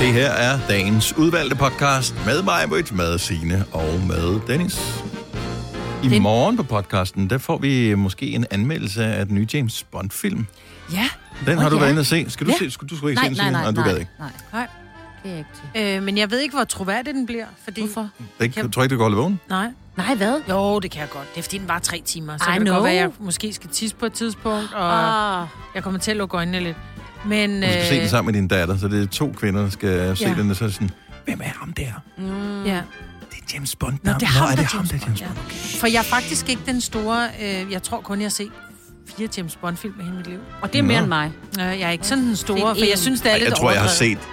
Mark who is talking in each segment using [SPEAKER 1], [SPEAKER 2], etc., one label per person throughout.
[SPEAKER 1] Det her er dagens udvalgte podcast med mig, Britt, med Signe og med Dennis. I
[SPEAKER 2] Det-
[SPEAKER 1] morgen på podcasten, der får vi måske en anmeldelse af den nye James Bond-film.
[SPEAKER 2] Ja.
[SPEAKER 1] Den har
[SPEAKER 2] Åh,
[SPEAKER 1] du
[SPEAKER 2] ja.
[SPEAKER 1] været inde og se. Skal du,
[SPEAKER 2] Ja.
[SPEAKER 1] se, skulle, du skulle ikke
[SPEAKER 2] Nej,
[SPEAKER 1] se den,
[SPEAKER 2] nej,
[SPEAKER 1] Signe?
[SPEAKER 2] nej,
[SPEAKER 1] du
[SPEAKER 2] nej,
[SPEAKER 1] gad ikke.
[SPEAKER 2] nej.
[SPEAKER 3] Nej.
[SPEAKER 2] Det er ikke til.
[SPEAKER 3] Øh, men jeg ved ikke, hvor troværdig den bliver, fordi...
[SPEAKER 2] Hvorfor?
[SPEAKER 1] Det er ikke- Jeg tror ikke, du kan holde vågen.
[SPEAKER 3] Nej.
[SPEAKER 2] Nej, hvad?
[SPEAKER 3] Jo, det kan jeg godt. Det er fordi, den var tre timer. Så
[SPEAKER 2] I
[SPEAKER 3] I kan det
[SPEAKER 2] know.
[SPEAKER 3] godt være, at jeg måske skal tisse på et tidspunkt, og
[SPEAKER 2] Ah.
[SPEAKER 3] jeg kommer til at lukke øjnene lidt. Men,
[SPEAKER 1] Du skal se den
[SPEAKER 3] øh,
[SPEAKER 1] sammen med din datter, så det er to kvinder, der skal se
[SPEAKER 3] Ja.
[SPEAKER 1] den. Og så er det sådan, hvem er ham der?
[SPEAKER 3] Mm.
[SPEAKER 1] Det
[SPEAKER 3] ja.
[SPEAKER 1] er James Bond.
[SPEAKER 3] Nå, det er ham,
[SPEAKER 1] Nå, er
[SPEAKER 3] der
[SPEAKER 1] det
[SPEAKER 3] er
[SPEAKER 1] ham, der er James Bond.
[SPEAKER 3] For jeg er faktisk ikke den store... Øh, jeg tror kun, jeg har set fire James Bond-film i hele mit liv.
[SPEAKER 2] Og det er mere
[SPEAKER 1] Nå.
[SPEAKER 2] end mig.
[SPEAKER 3] Øh, jeg er ikke sådan den store,
[SPEAKER 2] Fint
[SPEAKER 3] for
[SPEAKER 2] en.
[SPEAKER 3] jeg synes, det er
[SPEAKER 1] Ej,
[SPEAKER 3] lidt
[SPEAKER 1] Jeg tror, jeg har
[SPEAKER 3] overdrevet.
[SPEAKER 1] set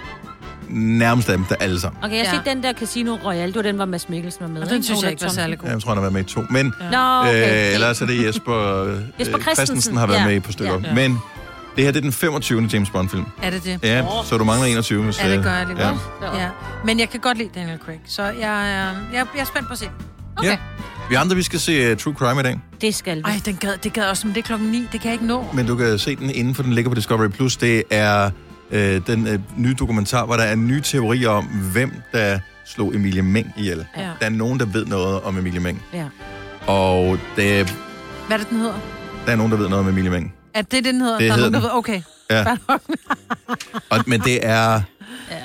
[SPEAKER 1] nærmest dem, der alle sammen.
[SPEAKER 2] Okay, jeg har
[SPEAKER 3] Ja.
[SPEAKER 2] set den der Casino Royale. Det var den, hvor Mads Mikkelsen var med.
[SPEAKER 3] Og
[SPEAKER 2] ikke?
[SPEAKER 3] den synes jeg
[SPEAKER 2] Ole
[SPEAKER 3] ikke var
[SPEAKER 2] Thomsen.
[SPEAKER 3] særlig god.
[SPEAKER 1] Jeg tror, han har været med i to. Men
[SPEAKER 2] Nå, okay.
[SPEAKER 1] Øh, ellers er det Jesper, øh,
[SPEAKER 2] Jesper
[SPEAKER 1] øh, Christensen har været med
[SPEAKER 2] Christensen, ja.
[SPEAKER 1] i på stykker.
[SPEAKER 3] Ja.
[SPEAKER 1] Men det her det er den 25. James Bond-film.
[SPEAKER 3] Er det det?
[SPEAKER 1] Ja, så du mangler 21. Hvis,
[SPEAKER 3] Ja, det
[SPEAKER 1] øh,
[SPEAKER 3] gør jeg lige
[SPEAKER 1] ja.
[SPEAKER 3] ja. ja. Men jeg kan godt lide Daniel Craig, så jeg, øh, jeg, jeg er spændt på at se.
[SPEAKER 2] Okay.
[SPEAKER 1] Ja. Vi andre, vi skal se uh, True Crime i dag.
[SPEAKER 2] Det skal vi.
[SPEAKER 3] Ej, den gad, det gad også, men det er klokken 9. Det kan jeg ikke nå.
[SPEAKER 1] Men du kan se den inden, for den ligger på Discovery+. Plus. Det er øh, den øh, nye dokumentar, hvor der er nye teorier om, hvem der slog Emilie Meng ihjel.
[SPEAKER 3] Ja.
[SPEAKER 1] Der er nogen, der ved noget om Emilie Meng.
[SPEAKER 2] Ja.
[SPEAKER 1] Og det, er-
[SPEAKER 3] Hvad er det, den hedder?
[SPEAKER 1] der er nogen, der ved noget om Emilie Meng.
[SPEAKER 3] Er det det, den hedder?
[SPEAKER 1] Det
[SPEAKER 3] der er
[SPEAKER 1] hedder
[SPEAKER 3] nogen, der
[SPEAKER 1] den.
[SPEAKER 3] ved- Okay.
[SPEAKER 1] Ja. Og, men det er
[SPEAKER 2] Ja.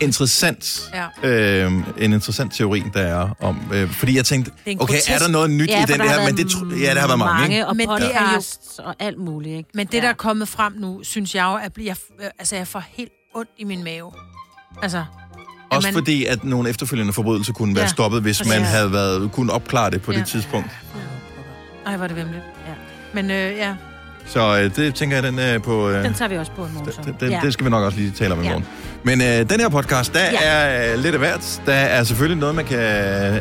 [SPEAKER 1] interessant.
[SPEAKER 3] Ja.
[SPEAKER 1] øh, en interessant teori, der er om... Øh, fordi jeg tænkte,
[SPEAKER 3] er en
[SPEAKER 1] okay,
[SPEAKER 3] grotesk-
[SPEAKER 1] er der noget nyt i
[SPEAKER 2] for
[SPEAKER 1] den
[SPEAKER 2] der
[SPEAKER 1] der?
[SPEAKER 2] har
[SPEAKER 1] Men det,
[SPEAKER 2] været
[SPEAKER 1] tro- ja, der har været mange,
[SPEAKER 2] mange
[SPEAKER 1] ikke?
[SPEAKER 2] og
[SPEAKER 3] Men
[SPEAKER 2] men
[SPEAKER 3] det er jo-
[SPEAKER 2] podcasts og alt muligt, ikke?
[SPEAKER 3] Men det, der er kommet frem nu, synes jeg jo, at jeg, altså, jeg får helt ondt i min mave. Altså,
[SPEAKER 1] Også
[SPEAKER 3] man-
[SPEAKER 1] fordi, at nogle efterfølgende forbrydelser kunne være
[SPEAKER 3] Ja,
[SPEAKER 1] stoppet, hvis man
[SPEAKER 3] præcis.
[SPEAKER 1] havde været, kunne opklare det på
[SPEAKER 3] Ja.
[SPEAKER 1] det tidspunkt.
[SPEAKER 3] nej, var det vemmeligt.
[SPEAKER 2] Ja.
[SPEAKER 3] Men øh, ja,
[SPEAKER 1] Så øh, det tænker jeg, den er på... Øh,
[SPEAKER 2] Den tager vi også på en morgen, så.
[SPEAKER 1] det, det,
[SPEAKER 2] ja.
[SPEAKER 1] det skal vi nok også lige tale om i
[SPEAKER 2] Ja.
[SPEAKER 1] morgen. Men øh, den her podcast, der
[SPEAKER 2] Ja.
[SPEAKER 1] er øh, lidt af hvert. Der er selvfølgelig noget, man kan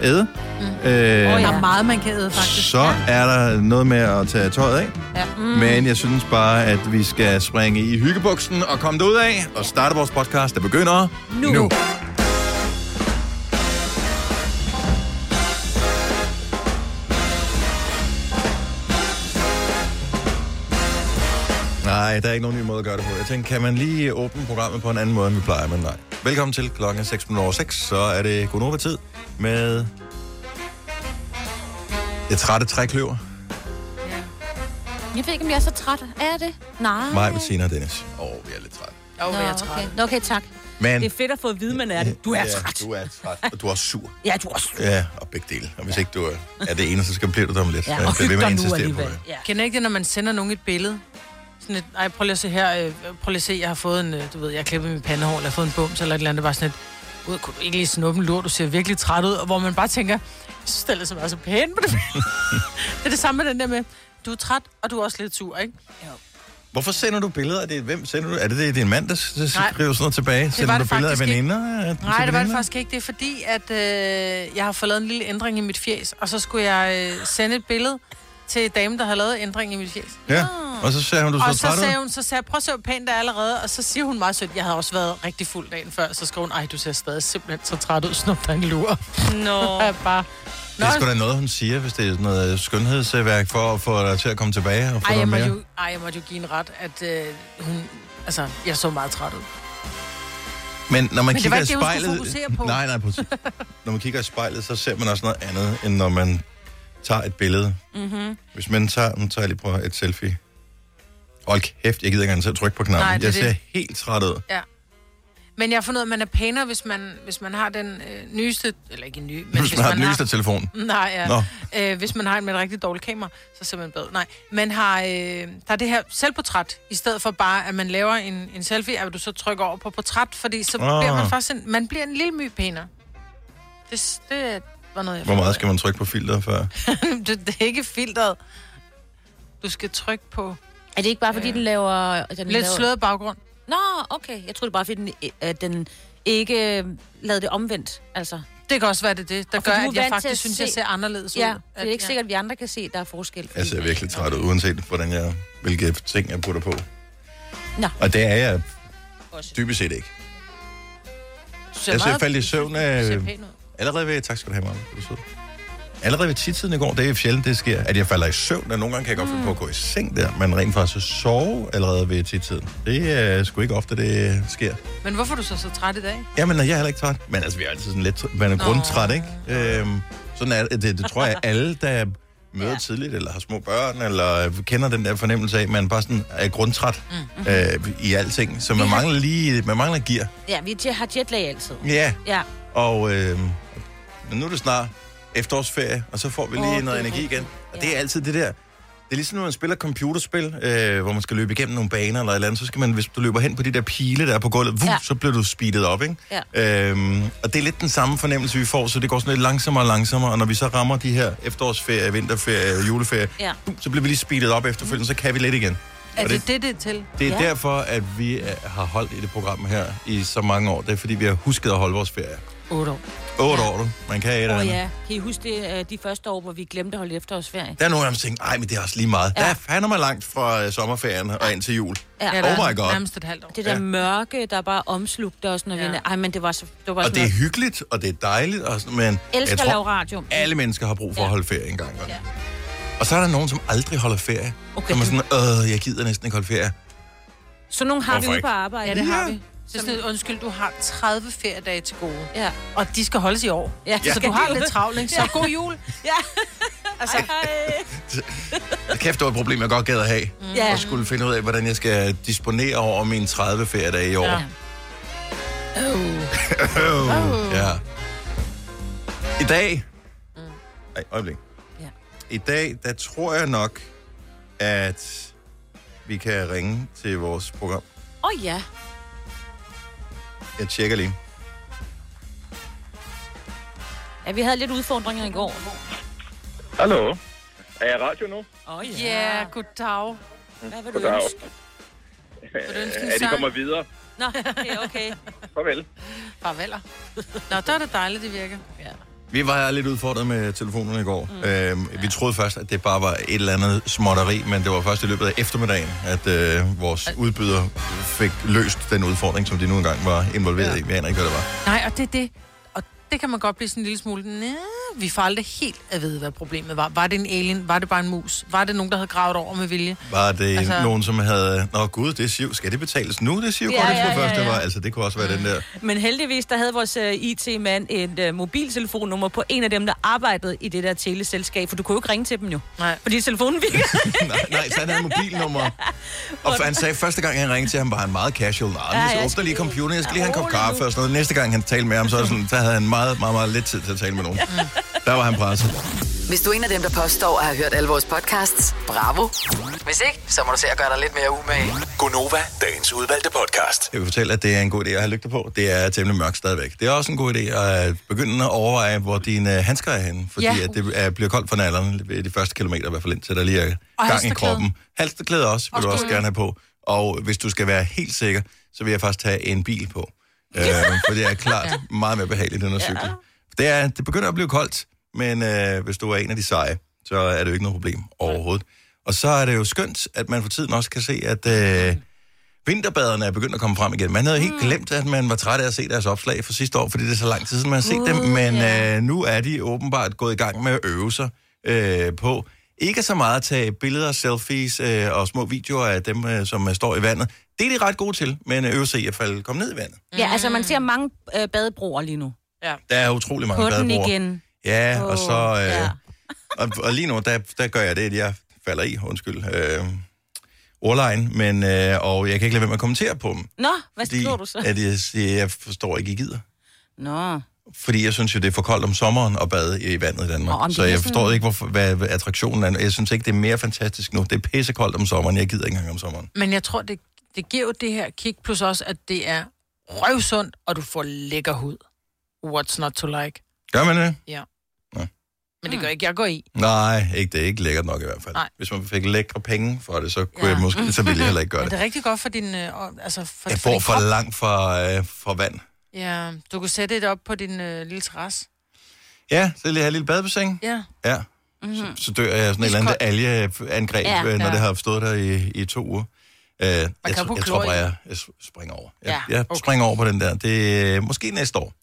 [SPEAKER 1] æde. Mm. Øh,
[SPEAKER 2] Åh,
[SPEAKER 3] der
[SPEAKER 2] ja.
[SPEAKER 3] er meget, man kan æde, faktisk.
[SPEAKER 1] Så er der noget med at tage tøjet af.
[SPEAKER 3] Ja.
[SPEAKER 1] Mm. Men jeg synes bare, at vi skal springe i hyggebuksen og komme derud af og starte vores podcast, der begynder nu. nu. Nej, der er ikke nogen ny måde at gøre det på. Jeg tænkte, kan man lige åbne programmet på en anden måde, end vi plejer, men nej. Velkommen til klokken 6.06, så er det Gunova-tid med det trætte trækløver.
[SPEAKER 2] Jeg ved ikke, om jeg er så træt. Er det? Nej.
[SPEAKER 1] Mig, Bettina og Dennis. Åh, oh, vi er lidt trætte.
[SPEAKER 3] Jo,
[SPEAKER 2] Nå,
[SPEAKER 3] jeg er træt.
[SPEAKER 2] okay. Nå, okay, tak.
[SPEAKER 1] Men,
[SPEAKER 4] Det er fedt at få at vide, man er
[SPEAKER 2] Øh,
[SPEAKER 4] det. Du er
[SPEAKER 1] ja,
[SPEAKER 4] træt.
[SPEAKER 1] Du er træt, og du er sur.
[SPEAKER 4] Ja, du er også
[SPEAKER 1] Ja, og begge dele. Og hvis ikke du er- er det ene, så skal bliver du dem lidt.
[SPEAKER 2] Ja,
[SPEAKER 1] Men
[SPEAKER 2] og
[SPEAKER 1] det vil
[SPEAKER 4] hyg
[SPEAKER 1] man
[SPEAKER 4] dig nu
[SPEAKER 1] insistere på.
[SPEAKER 4] alligevel.
[SPEAKER 1] ja.
[SPEAKER 4] Ja.
[SPEAKER 3] Kender I ikke det, når man sender nogen et billede? Sådan et, ej, prøv lige at se her, øh, prøv lige at se, jeg har fået en, øh, du ved, jeg har klippet min pandehår, eller jeg har fået en bums, eller et eller andet, bare sådan et, ud, kunne du ikke lige snuppe en lur, du ser virkelig træt ud, og hvor man bare tænker, jeg synes, det er så meget så pæn på det billede." Det er det samme med den der med, du er træt, og du er også lidt sur, ikke?
[SPEAKER 1] Hvorfor sender du billeder af det? Hvem sender du? Er det, det din mand, der s- der skriver sådan noget tilbage? Sender
[SPEAKER 3] var
[SPEAKER 1] du
[SPEAKER 3] det
[SPEAKER 1] billeder af
[SPEAKER 3] faktisk ikke.
[SPEAKER 1] veninder? Nej,
[SPEAKER 3] Nej, det var det faktisk ikke. Det er fordi, at øh, jeg har fået lavet en lille ændring i mit fjes, og så skulle jeg øh, sende et billede til damen, der havde lavet ændring i mit fjes.
[SPEAKER 1] Ja, og så sagde hun, du så
[SPEAKER 3] Og så
[SPEAKER 1] træt
[SPEAKER 3] sagde
[SPEAKER 1] ud.
[SPEAKER 3] hun, så sagde jeg, prøv at se, hvor pænt der er allerede. Og så siger hun meget sødt, jeg havde også været rigtig fuld dagen før. Så skrev hun, ej, du ser stadig simpelthen så træt ud, snup dig en lur.
[SPEAKER 4] Nå.
[SPEAKER 3] Og jeg bare,
[SPEAKER 1] Det er sgu da noget, hun siger, hvis det er sådan noget skønhedsværk for at få dig til at komme tilbage og få
[SPEAKER 3] ej,
[SPEAKER 1] noget
[SPEAKER 3] jeg måtte
[SPEAKER 1] mere.
[SPEAKER 3] jo, ej, jeg måtte jo give en ret, at øh, hun... Altså, jeg så meget træt ud.
[SPEAKER 1] Men når man
[SPEAKER 3] Men det
[SPEAKER 1] kigger
[SPEAKER 3] var
[SPEAKER 1] i
[SPEAKER 3] ikke det, hun skulle
[SPEAKER 1] spejlet...
[SPEAKER 3] fokusere på.
[SPEAKER 1] Nej, nej, præcis. Når man kigger i spejlet, så ser man også noget andet, end når man tager et billede. Mm-hmm. Hvis man tager, nu tager jeg lige på et selfie. Hold kæft, jeg gider ikke engang til at trykke på knappen. Nej,
[SPEAKER 3] Nej, det er
[SPEAKER 1] jeg ser
[SPEAKER 3] det.
[SPEAKER 1] helt træt ud.
[SPEAKER 3] Men jeg har fundet ud af, at man er pænere, hvis man, hvis man har den øh, nyeste... Eller ikke en ny, men
[SPEAKER 1] Men hvis man har den nyeste telefon.
[SPEAKER 3] Nej, ja.
[SPEAKER 1] Nå.
[SPEAKER 3] Øh, hvis man har en med et rigtig dårligt kamera, så ser man bedre. ud. Nej, man har, øh, der er det her selvportræt, i stedet for bare, at man laver en, en selfie, at du så trykker over på portræt, fordi så
[SPEAKER 1] Ah.
[SPEAKER 3] oh. bliver man faktisk en, man bliver en lille my pænere. Det, s- det var noget, jeg
[SPEAKER 1] Hvor meget skal man trykke på filteret før?
[SPEAKER 3] man? det, det er ikke filtret. Du skal trykke på Øh.
[SPEAKER 2] Er det ikke bare, fordi den laver... Den
[SPEAKER 3] lidt
[SPEAKER 2] laver...
[SPEAKER 3] sløret baggrund.
[SPEAKER 2] Nå, okay. Jeg troede bare, fordi den, at den ikke øh, lavede det omvendt. Altså, det
[SPEAKER 3] Det kan også være, det er det, der
[SPEAKER 2] Og
[SPEAKER 3] gør,
[SPEAKER 2] fordi du er
[SPEAKER 3] at jeg
[SPEAKER 2] vant til at
[SPEAKER 3] faktisk synes, jeg
[SPEAKER 2] se-
[SPEAKER 3] ser anderledes
[SPEAKER 2] ja,
[SPEAKER 3] ud.
[SPEAKER 2] det er ikke sikkert, at vi andre kan se, at der er forskel.
[SPEAKER 1] Jeg ser virkelig træt ud, uanset hvordan jeg, hvilke ting jeg putter på.
[SPEAKER 2] Nå.
[SPEAKER 1] Og det er jeg dybest set ikke.
[SPEAKER 3] Du ser
[SPEAKER 1] Jeg ser
[SPEAKER 3] meget-
[SPEAKER 1] faldt i søvn af- øh,
[SPEAKER 3] du ser pæn ud.
[SPEAKER 1] Allerede ved, tak skal du have, Marve. Du er sød. allerede ved tidtiden i går, det er sjældent, det sker, at jeg falder i søvn, og nogle gange kan jeg godt finde på at gå i seng der, men rent faktisk at sove allerede ved tidtiden. Det er sgu ikke ofte, det øh, sker.
[SPEAKER 3] Men hvorfor er du så så træt i dag?
[SPEAKER 1] Jamen, jeg er heller ikke træt. Men altså, vi er altid sådan lidt... træ- Man er
[SPEAKER 3] Nå.
[SPEAKER 1] grundtræt, ikke? Øhm, sådan er det. det. Det tror jeg, alle, der møder ja. tidligt, eller har små børn, eller øh, kender den der fornemmelse af, at man bare sådan er grundtræt mm.
[SPEAKER 2] Mm-hmm.
[SPEAKER 1] øh, i alting. Så man
[SPEAKER 2] Vi har-
[SPEAKER 1] mangler lige... Man mangler gear.
[SPEAKER 2] Ja, vi je- har jetlag altid.
[SPEAKER 1] Ja,
[SPEAKER 2] Ja.
[SPEAKER 1] og... Øh, men nu er det snart efterårsferie, og så får vi lige
[SPEAKER 2] Åh,
[SPEAKER 1] oh, noget
[SPEAKER 2] det er
[SPEAKER 1] energi
[SPEAKER 2] rigtigt.
[SPEAKER 1] igen. Og det er altid det der... Det er ligesom, når man spiller computerspil, øh, hvor man skal løbe igennem nogle baner eller et eller andet, så skal man, hvis du løber hen på de der pile, der er på gulvet, vuh,
[SPEAKER 2] Ja.
[SPEAKER 1] ja. så bliver du speedet op, ikke?
[SPEAKER 2] ja.
[SPEAKER 1] Øhm, og det er lidt den samme fornemmelse, vi får, så det går sådan lidt langsommere og langsommere, og når vi så rammer de her efterårsferie, vinterferie, juleferie,
[SPEAKER 2] Ja.
[SPEAKER 1] bum, så bliver vi lige speedet op efterfølgende, så kan vi lidt igen.
[SPEAKER 3] Er
[SPEAKER 1] Og
[SPEAKER 3] det det, det er til?
[SPEAKER 1] Det er
[SPEAKER 2] Ja.
[SPEAKER 1] ja. derfor, at vi øh, har holdt i det program her i så mange år. Det er, fordi vi har husket at holde vores ferie.
[SPEAKER 3] 8 år.
[SPEAKER 1] 8 år, du. Man kan et eller
[SPEAKER 2] Åh
[SPEAKER 1] andet.
[SPEAKER 2] ja, kan I huske det, øh, de første år, hvor vi glemte at holde efterårsferie?
[SPEAKER 1] Der er nogle af dem, der tænker, ej, men det er også lige meget.
[SPEAKER 2] Ja.
[SPEAKER 1] Ja. Der er fandme langt fra øh, sommerferien og ind til jul. Oh
[SPEAKER 2] Ja.
[SPEAKER 3] Ja, der er
[SPEAKER 1] my God.
[SPEAKER 3] Nærmest et halvt år.
[SPEAKER 2] Det der ja.
[SPEAKER 1] Ja.
[SPEAKER 2] mørke, der bare omslugte os, når ja. vi...
[SPEAKER 3] Ja.
[SPEAKER 2] Ej, men det var, så, det var
[SPEAKER 1] Og det er
[SPEAKER 2] noget,
[SPEAKER 1] hyggeligt, og det er dejligt, og sådan, men
[SPEAKER 2] jeg elsker at lave radio.
[SPEAKER 1] alle mennesker har brug for
[SPEAKER 2] Ja.
[SPEAKER 1] at holde ferie en gang.
[SPEAKER 2] Ja.
[SPEAKER 1] Ja. Og så er der nogen, som aldrig holder ferie.
[SPEAKER 2] Okay.
[SPEAKER 1] Okay. Som er sådan, øh, jeg gider næsten ikke holde ferie.
[SPEAKER 2] Så nogle har vi
[SPEAKER 1] Hvorfor
[SPEAKER 2] ude
[SPEAKER 1] ikke?
[SPEAKER 2] på arbejde.
[SPEAKER 3] Ja, det har
[SPEAKER 1] Ja.
[SPEAKER 3] vi. Så sådan, lidt, undskyld, du har 30 feriedage til gode.
[SPEAKER 2] Ja.
[SPEAKER 3] Og de skal holdes i år.
[SPEAKER 2] Ja. Altså-
[SPEAKER 3] Så du har lidt travlt, ikke? Så god jul.
[SPEAKER 1] Kæft, det var et problem, jeg godt gad at have. Mm.
[SPEAKER 2] Ja.
[SPEAKER 1] Og skulle finde ud af, hvordan jeg skal disponere over mine 30 feriedage i år.
[SPEAKER 3] Ja.
[SPEAKER 1] Ja. Oh. ja. I dag... Ej, øjeblik.
[SPEAKER 2] Mm. Ja.
[SPEAKER 1] I dag, der tror jeg nok, at vi kan ringe til vores program.
[SPEAKER 2] Åh oh, ja.
[SPEAKER 1] Jeg tjekker lige.
[SPEAKER 2] ja. vi havde lidt udfordringer i går.
[SPEAKER 5] Hallo. Er jeg i radio nu?
[SPEAKER 2] Åh oh,
[SPEAKER 3] Ja, goddag.
[SPEAKER 2] Hvad vil du
[SPEAKER 5] Goddag.
[SPEAKER 2] ønske?
[SPEAKER 3] Vil du ønske en
[SPEAKER 5] Er de
[SPEAKER 3] sang?
[SPEAKER 5] kommer videre?
[SPEAKER 2] Nå, okay, okay.
[SPEAKER 5] Farvel.
[SPEAKER 3] Farveler. Nå, der er det dejligt, det virker. Ja.
[SPEAKER 1] Vi var lidt udfordret med telefonerne i går. Mm. Øhm, vi troede først, at det bare var et eller andet småtteri, men det var først i løbet af eftermiddagen, at øh, vores udbyder fik løst den udfordring, som de nu engang var involveret ja. i. Vi aner ikke, hvad det var.
[SPEAKER 3] Nej, og det er det. Og det kan man godt blive sådan en lille smule... Næh, vi får aldrig helt at vide, hvad problemet var. Var det en alien? Var det bare en mus? Var det nogen, der havde gravet over med vilje?
[SPEAKER 1] Var det
[SPEAKER 3] Altså-
[SPEAKER 1] altså... nogen, som havde... Nå gud, det er siv. Skal det betales nu, det er siv? Ja, ja, ja, ja. Det var. Altså, det kunne også være den der...
[SPEAKER 2] Men heldigvis, der havde vores uh, IT-mand et uh, mobiltelefonnummer på en af dem, der arbejdede i det der teleselskab, for du kunne jo ikke ringe til dem jo.
[SPEAKER 3] Nej.
[SPEAKER 2] Fordi telefonen virker.
[SPEAKER 1] nej, nej, så han havde mobilnummer. Og for han sagde, første gang han ringede til ham, var han meget casual. Nej,
[SPEAKER 2] Ja,
[SPEAKER 1] jeg
[SPEAKER 2] jeg
[SPEAKER 1] skal
[SPEAKER 2] skal
[SPEAKER 1] åbne lige
[SPEAKER 2] lige-
[SPEAKER 1] computeren, jeg skal lige
[SPEAKER 2] Ja,
[SPEAKER 1] have en kop
[SPEAKER 2] rolig
[SPEAKER 1] kaffe
[SPEAKER 2] nu.
[SPEAKER 1] og sådan noget. Næste gang han talte med ham, så, var det sådan, så havde han meget, meget, meget lidt tid til at tale med nogen. Der var han presset.
[SPEAKER 6] Mm. Hvis du er en af dem, der påstår at have hørt alle vores podcasts, bravo. Hvis ikke, så må du se at gøre dig lidt mere umage.
[SPEAKER 7] Gunova, dagens udvalgte podcast.
[SPEAKER 1] Jeg vil fortælle, at det er en god idé at have lygter på. Det er temmelig mørkt stadigvæk. Det er også en god idé at begynde at overveje, hvor dine øh, handsker er henne. Fordi
[SPEAKER 3] Ja.
[SPEAKER 1] ja. at det er, bliver koldt for nallerne ved de første kilometer, i hvert fald indtil der lige er
[SPEAKER 3] Og
[SPEAKER 1] gang i
[SPEAKER 3] halstørklæde.
[SPEAKER 1] kroppen. Halsterklæde også, vil du også gerne have på. Og hvis du skal være helt sikker, så vil jeg faktisk tage en bil på. øh, for det er klart ja. meget mere behageligt end at cykle. Det, er, det begynder at blive koldt, men øh, hvis du er en af de seje, så er det jo ikke noget problem overhovedet. Og så er det jo skønt, at man for tiden også kan se, at... Øh, vinterbaderne er begyndt at komme frem igen. Man havde
[SPEAKER 2] Mm.
[SPEAKER 1] helt glemt, at man var træt af at se deres opslag for sidste år, fordi det er så lang tid siden, man har set dem. Men øh, nu er de åbenbart gået i gang med at øve sig øh, på ikke så meget at tage billeder, selfies øh, og små videoer af dem, øh, som øh, står i vandet. Det er de ret gode til, men øh, øve sig i at falde, komme ned i vandet.
[SPEAKER 3] Mm.
[SPEAKER 2] ja, altså man ser mange uh, badebroer lige nu.
[SPEAKER 1] Der er utrolig mange
[SPEAKER 2] På den
[SPEAKER 1] badebroer.
[SPEAKER 2] igen.
[SPEAKER 1] Ja,
[SPEAKER 2] Åh,
[SPEAKER 1] og så... Øh,
[SPEAKER 2] ja.
[SPEAKER 1] og, og lige nu, der, der gør jeg det, at jeg falder i, undskyld, øh, ordlejen, men, øh, og jeg kan ikke lade være med at kommentere på dem.
[SPEAKER 2] Nå, hvad
[SPEAKER 1] fordi,
[SPEAKER 2] skriver du så?
[SPEAKER 1] At jeg, siger, jeg forstår ikke, I gider.
[SPEAKER 2] Nå.
[SPEAKER 1] Fordi jeg synes jo, det er for koldt om sommeren at bade i vandet i Danmark.
[SPEAKER 2] Nå, om det
[SPEAKER 1] så
[SPEAKER 2] er
[SPEAKER 1] jeg
[SPEAKER 2] sådan-
[SPEAKER 1] forstår ikke, hvorfor, hvad, hvad attraktionen er. Jeg synes ikke, det er mere fantastisk nu. Det er pissekoldt om sommeren. Jeg gider ikke engang om sommeren.
[SPEAKER 3] Men jeg tror, det, det giver jo det her kick, plus også, at det er røvsundt, og du får lækker hud. What's not to like?
[SPEAKER 1] Gør man det?
[SPEAKER 3] Men det
[SPEAKER 1] Mm.
[SPEAKER 3] gør ikke, jeg går i.
[SPEAKER 1] Nej, ikke, det er ikke lækkert nok i hvert fald.
[SPEAKER 3] Nej.
[SPEAKER 1] Hvis man fik lækre penge for det, så, kunne
[SPEAKER 3] Ja.
[SPEAKER 1] ja. jeg måske, så ville jeg heller ikke gøre
[SPEAKER 3] Men det
[SPEAKER 1] det.
[SPEAKER 3] er rigtig godt for din... Øh, og- altså for,
[SPEAKER 1] Jeg
[SPEAKER 3] for
[SPEAKER 1] bor
[SPEAKER 3] din krop.
[SPEAKER 1] for langt fra, øh, fra vand.
[SPEAKER 3] Ja, du kunne sætte det op på din øh, lille terrasse.
[SPEAKER 1] Ja, så vil jeg have et lille badebassin.
[SPEAKER 3] Ja.
[SPEAKER 1] Ja. Mm-hmm. Så, så dør jeg af sådan et eller andet algeangreb,
[SPEAKER 2] Ja.
[SPEAKER 1] ja, når
[SPEAKER 3] Ja.
[SPEAKER 1] det har stået der i, i to uger. Øh, jeg,
[SPEAKER 3] kan
[SPEAKER 1] tr-
[SPEAKER 3] putte
[SPEAKER 1] jeg
[SPEAKER 3] klor
[SPEAKER 1] tror
[SPEAKER 3] i.
[SPEAKER 1] bare, jeg, jeg s- springer over. Jeg,
[SPEAKER 3] Ja,
[SPEAKER 1] ja, jeg
[SPEAKER 3] okay.
[SPEAKER 1] springer over på den der. Det er måske øh, næste år.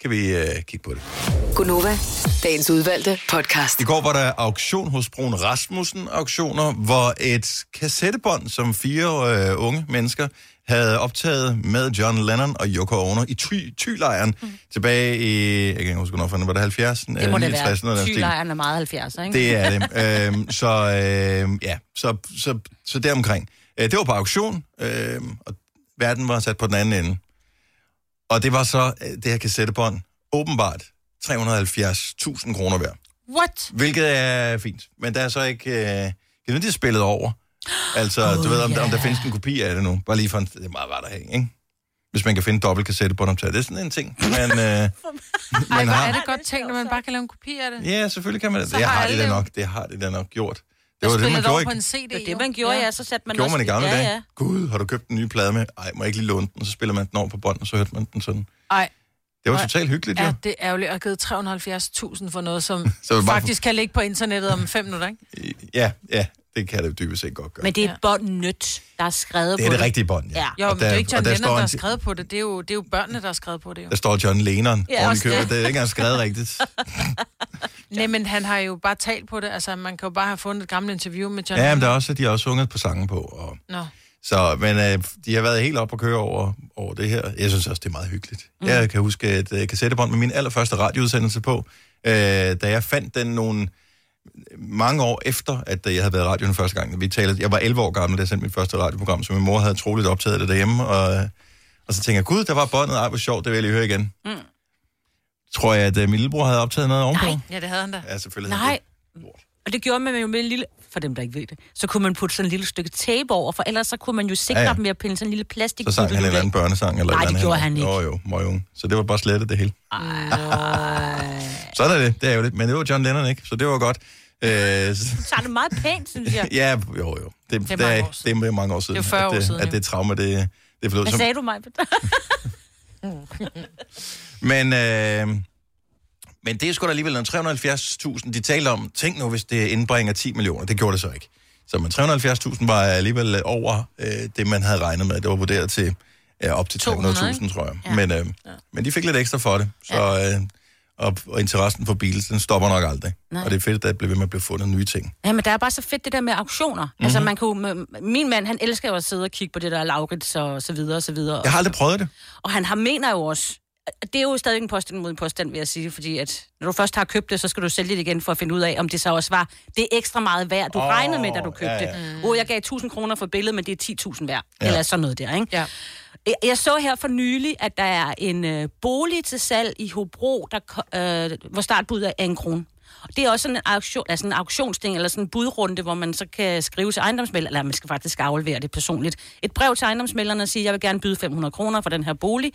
[SPEAKER 1] kan vi øh, kigge på det.
[SPEAKER 6] Gunova, dagens udvalgte podcast.
[SPEAKER 1] I går var der auktion hos Brun Rasmussen Auktioner, hvor et kassettebånd, som fire øh, unge mennesker havde optaget med John Lennon og Yoko Ono i ty, Tylejren mm. tilbage i, jeg kan ikke huske, hvornår fanden var det, 70'erne?
[SPEAKER 2] Det må
[SPEAKER 1] Øh,
[SPEAKER 2] det
[SPEAKER 1] 69'erne, noget af den
[SPEAKER 2] være.
[SPEAKER 1] stil.
[SPEAKER 2] Tylejren er meget 70'er, ikke?
[SPEAKER 1] Det er det. Øhm, så øhm, ja, så, så, så deromkring. Øh, det var på auktion, øhm, og verden var sat på den anden ende. Og det var så øh, det her kassettebånd, åbenbart 370.000 kroner værd.
[SPEAKER 3] What?
[SPEAKER 1] Hvilket er fint, men der er så ikke... Øh, jeg ved, det er spillet over. Altså, oh, du ved, om, yeah. om der findes en kopi af det nu. Bare lige for en... Det er meget værd at have, ikke? Hvis man kan finde dobbelt kassette på dem Det er sådan en ting, man, øh,
[SPEAKER 3] Ej,
[SPEAKER 1] man
[SPEAKER 3] hvor
[SPEAKER 1] har.
[SPEAKER 3] er det godt tænkt, når man bare kan lave en kopi af det.
[SPEAKER 1] Ja, selvfølgelig kan man det.
[SPEAKER 3] Så
[SPEAKER 1] Det
[SPEAKER 3] har
[SPEAKER 1] har de
[SPEAKER 3] alle
[SPEAKER 1] da
[SPEAKER 3] det jo.
[SPEAKER 1] nok, det har de da nok gjort. Det
[SPEAKER 3] Jeg
[SPEAKER 1] var det,
[SPEAKER 3] spiller
[SPEAKER 1] man
[SPEAKER 3] det over
[SPEAKER 1] gjorde,
[SPEAKER 3] på en
[SPEAKER 1] ikke?
[SPEAKER 3] CD.
[SPEAKER 2] Det var det, man gjorde, ja. Så satte man
[SPEAKER 1] gjorde
[SPEAKER 2] også...
[SPEAKER 1] man i gamle
[SPEAKER 2] ja,
[SPEAKER 1] dage.
[SPEAKER 2] Ja.
[SPEAKER 1] Gud, har du købt en ny plade med? Ej, må jeg ikke lige låne den? Så spiller man den over på bånd, og så hørte man den sådan.
[SPEAKER 3] Ej,
[SPEAKER 1] Det var
[SPEAKER 3] Nej.
[SPEAKER 1] totalt hyggeligt, jo.
[SPEAKER 3] ja, det er ærgerligt at have givet 370.000 for noget, som
[SPEAKER 1] Så er det bare
[SPEAKER 3] faktisk kan ligge på internettet om fem minutter, ikke?
[SPEAKER 1] Ja, ja, det kan det dybest set godt gøre.
[SPEAKER 2] Men det er et bånd nødt, der er skrevet
[SPEAKER 1] Det er
[SPEAKER 2] på
[SPEAKER 1] det rigtige bånd, ja.
[SPEAKER 2] Ja.
[SPEAKER 3] Jo, men det er jo ikke John
[SPEAKER 1] og der
[SPEAKER 3] Lennon,
[SPEAKER 1] står
[SPEAKER 3] der
[SPEAKER 1] en-
[SPEAKER 3] har skrevet på det. Det er, jo, det er jo børnene, der har skrevet på det. Jo.
[SPEAKER 1] Der står John Lennon
[SPEAKER 2] Ja,
[SPEAKER 1] ja, oven i
[SPEAKER 2] også
[SPEAKER 1] købet.
[SPEAKER 2] det.
[SPEAKER 1] Det er ikke engang skrevet rigtigt.
[SPEAKER 3] Nej, men han har jo bare talt på det. Altså, man kan jo bare have fundet et gammelt interview med John
[SPEAKER 1] Ja, men
[SPEAKER 3] Lennon.
[SPEAKER 1] der er også, de har også sunget på sangen på. Og,
[SPEAKER 3] Nå.
[SPEAKER 1] så, men øh, de har været helt op og køre over, over det her. Jeg synes også, det er meget hyggeligt. Mm. Jeg kan huske et øh, kassettebånd med min allerførste radioudsendelse på, øh, da jeg fandt den nogle mange år efter, at øh, jeg havde været i radioen første gang. Vi talte, jeg var 11 år gammel, da jeg sendte mit første radioprogram, så min mor havde troligt optaget det derhjemme. Og, øh, og så tænkte jeg, gud, der var båndet. Ej, hvor sjovt, det vil jeg lige høre igen. Mm. Tror jeg, at øh, min lillebror havde optaget noget ovenpå? Nej.
[SPEAKER 3] Ja, det havde han da.
[SPEAKER 1] Ja, selvfølgelig. havde
[SPEAKER 2] Nej. Og det gjorde man jo med en lille... For dem, der ikke ved det. Så kunne man putte sådan en lille stykke tape over, for ellers så kunne man jo sikre
[SPEAKER 1] Ja,
[SPEAKER 2] ja,
[SPEAKER 1] ja.
[SPEAKER 2] ja. dem ved at pille sådan en lille plastik.
[SPEAKER 1] Så sang han en eller anden børnesang. Eller
[SPEAKER 2] Nej,
[SPEAKER 1] et eller
[SPEAKER 2] det gjorde han ikke.
[SPEAKER 1] Jo, jo, møgung. Så det var bare slettet det hele. Sådan er det, det er jo det. Men det var John Lennon, ikke? Så det var godt. Øh, s-
[SPEAKER 2] Så er det meget pænt, synes jeg.
[SPEAKER 1] ja, jo, jo. Det, det, er,
[SPEAKER 3] mange
[SPEAKER 1] ikke-
[SPEAKER 3] år siden.
[SPEAKER 1] det er mange år siden.
[SPEAKER 3] Det er 40
[SPEAKER 1] at
[SPEAKER 3] år
[SPEAKER 1] det,
[SPEAKER 3] siden,
[SPEAKER 1] At
[SPEAKER 3] ja.
[SPEAKER 1] det trauma, det, det forlod
[SPEAKER 2] Hvad
[SPEAKER 1] sig.
[SPEAKER 2] sagde du, mig?
[SPEAKER 1] Men, øh, men det er sgu da alligevel noget. 370.000, de talte om, tænk nu, hvis det indbringer 10 millioner. Det gjorde det så ikke. Så men 370.000 var alligevel over øh, det, man havde regnet med. Det var vurderet til øh, op til
[SPEAKER 3] 200,
[SPEAKER 1] 300.000, tror jeg. Ja. Men, øh, ja. men de fik lidt ekstra for det. Så, øh, og, og interessen for bilen, den stopper nok aldrig. Nej. Og det er fedt, at der bliver ved med at blive fundet nye ting.
[SPEAKER 2] Ja, men der er bare så fedt det der med auktioner. Mm-hmm.
[SPEAKER 1] Mhm.
[SPEAKER 2] Altså, man kunne, min mand, han elsker jo at sidde og kigge på det der Laurits og så videre og så videre.
[SPEAKER 1] Jeg har aldrig prøvet det.
[SPEAKER 2] Og han har mener jo også, at det er jo stadig en påstand mod en påstand, vil jeg sige, fordi at når du først har købt det, så skal du sælge det igen for at finde ud af, om det så også var det ekstra meget værd, du
[SPEAKER 1] Åh,
[SPEAKER 2] oh, regnede med, da du købte
[SPEAKER 1] ja,
[SPEAKER 2] ja,
[SPEAKER 1] ja.
[SPEAKER 2] ja. det. Åh, oh, jeg gav 1000 kroner for billedet, men det er 10.000 værd,
[SPEAKER 1] Ja.
[SPEAKER 2] ja. eller sådan noget der, ikke?
[SPEAKER 3] Ja.
[SPEAKER 2] Jeg- Jeg så her for nylig, at der er en øh, bolig til salg i Hobro, der, ko- øh, hvor startbuddet er en krone. Og Det er også sådan en, auktion, altså en auktionsting, eller sådan en budrunde, hvor man så kan skrive til ejendomsmælder, eller man skal faktisk aflevere det personligt. Et brev til ejendomsmælderne og sige, jeg vil gerne byde 500 kroner for den her bolig,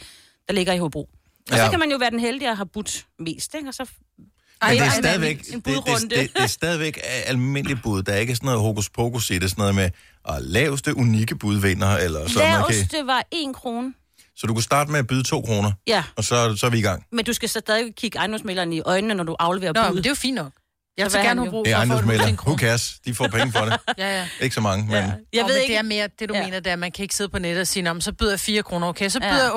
[SPEAKER 2] der ligger i Hobro. Og ja.
[SPEAKER 1] Ja.
[SPEAKER 2] så kan man jo være den heldige at have budt mest, ikke? Og så
[SPEAKER 1] Men det er
[SPEAKER 2] ej, men
[SPEAKER 1] stadigvæk,
[SPEAKER 2] en
[SPEAKER 1] det, det, det,
[SPEAKER 2] budrunde.
[SPEAKER 1] det er stadigvæk almindeligt bud. Der er ikke sådan noget hokus pokus i det. Sådan noget med at laveste unikke budvinder. Eller sådan noget. Okay.
[SPEAKER 2] laveste var 1 krone.
[SPEAKER 1] Så du kunne starte med at byde to kroner,
[SPEAKER 2] Ja,
[SPEAKER 1] og så, så er vi i gang.
[SPEAKER 2] men du skal så stadig kigge ejendomsmælderen i øjnene, når du afleverer
[SPEAKER 3] Nå, men
[SPEAKER 2] budet.
[SPEAKER 3] det er jo fint nok. Jeg vil
[SPEAKER 2] Så
[SPEAKER 3] så
[SPEAKER 2] hvad
[SPEAKER 3] gerne
[SPEAKER 2] har
[SPEAKER 3] have
[SPEAKER 2] han
[SPEAKER 3] brug
[SPEAKER 1] Det er
[SPEAKER 3] for at få
[SPEAKER 1] ejendomsmælder.
[SPEAKER 3] en
[SPEAKER 1] Who
[SPEAKER 3] krone.
[SPEAKER 1] cares? De får penge for det.
[SPEAKER 3] Ja, ja.
[SPEAKER 1] Ikke så mange, men... Ja.
[SPEAKER 2] Jeg ved
[SPEAKER 3] men
[SPEAKER 2] ikke,
[SPEAKER 3] det er mere det, du
[SPEAKER 2] Ja.
[SPEAKER 3] ja. mener, det er, at man kan ikke sidde på nettet og sige, "Nå, men så byder jeg 4 kroner, okay, så
[SPEAKER 2] Ja.
[SPEAKER 3] byder jeg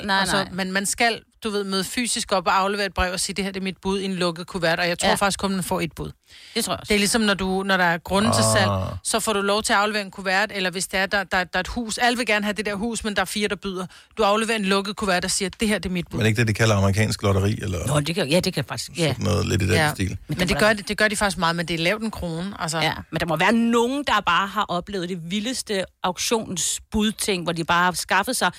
[SPEAKER 3] 8,5,
[SPEAKER 2] Nej,
[SPEAKER 3] og så,
[SPEAKER 2] nej.
[SPEAKER 3] men man skal, du ved, møde fysisk op og aflevere et brev og sige, det her det er mit bud i en lukket kuvert, og jeg tror
[SPEAKER 2] Ja.
[SPEAKER 3] ja. faktisk kun, man får et bud.
[SPEAKER 2] det tror jeg også.
[SPEAKER 3] Det er ligesom, når, du, når der er grunden til salg,
[SPEAKER 1] Ah.
[SPEAKER 3] så får du lov til at aflevere en kuvert, eller hvis der er, der, der, der er et hus, alle vil gerne have det der hus, men der er fire, der byder. Du afleverer en lukket kuvert og siger, det her det er mit bud.
[SPEAKER 1] Men ikke det, de kalder amerikansk lotteri, eller
[SPEAKER 2] Nå, det kan, ja, det kan faktisk... Ja.
[SPEAKER 1] sådan noget lidt i den ja.
[SPEAKER 3] ja.
[SPEAKER 1] stil.
[SPEAKER 3] Men det gør, det, det gør de faktisk meget, men det er lavt en krone. Altså,
[SPEAKER 2] Ja, men der må være nogen, der bare har oplevet det vildeste auktionsbudting, hvor de bare har skaffet sig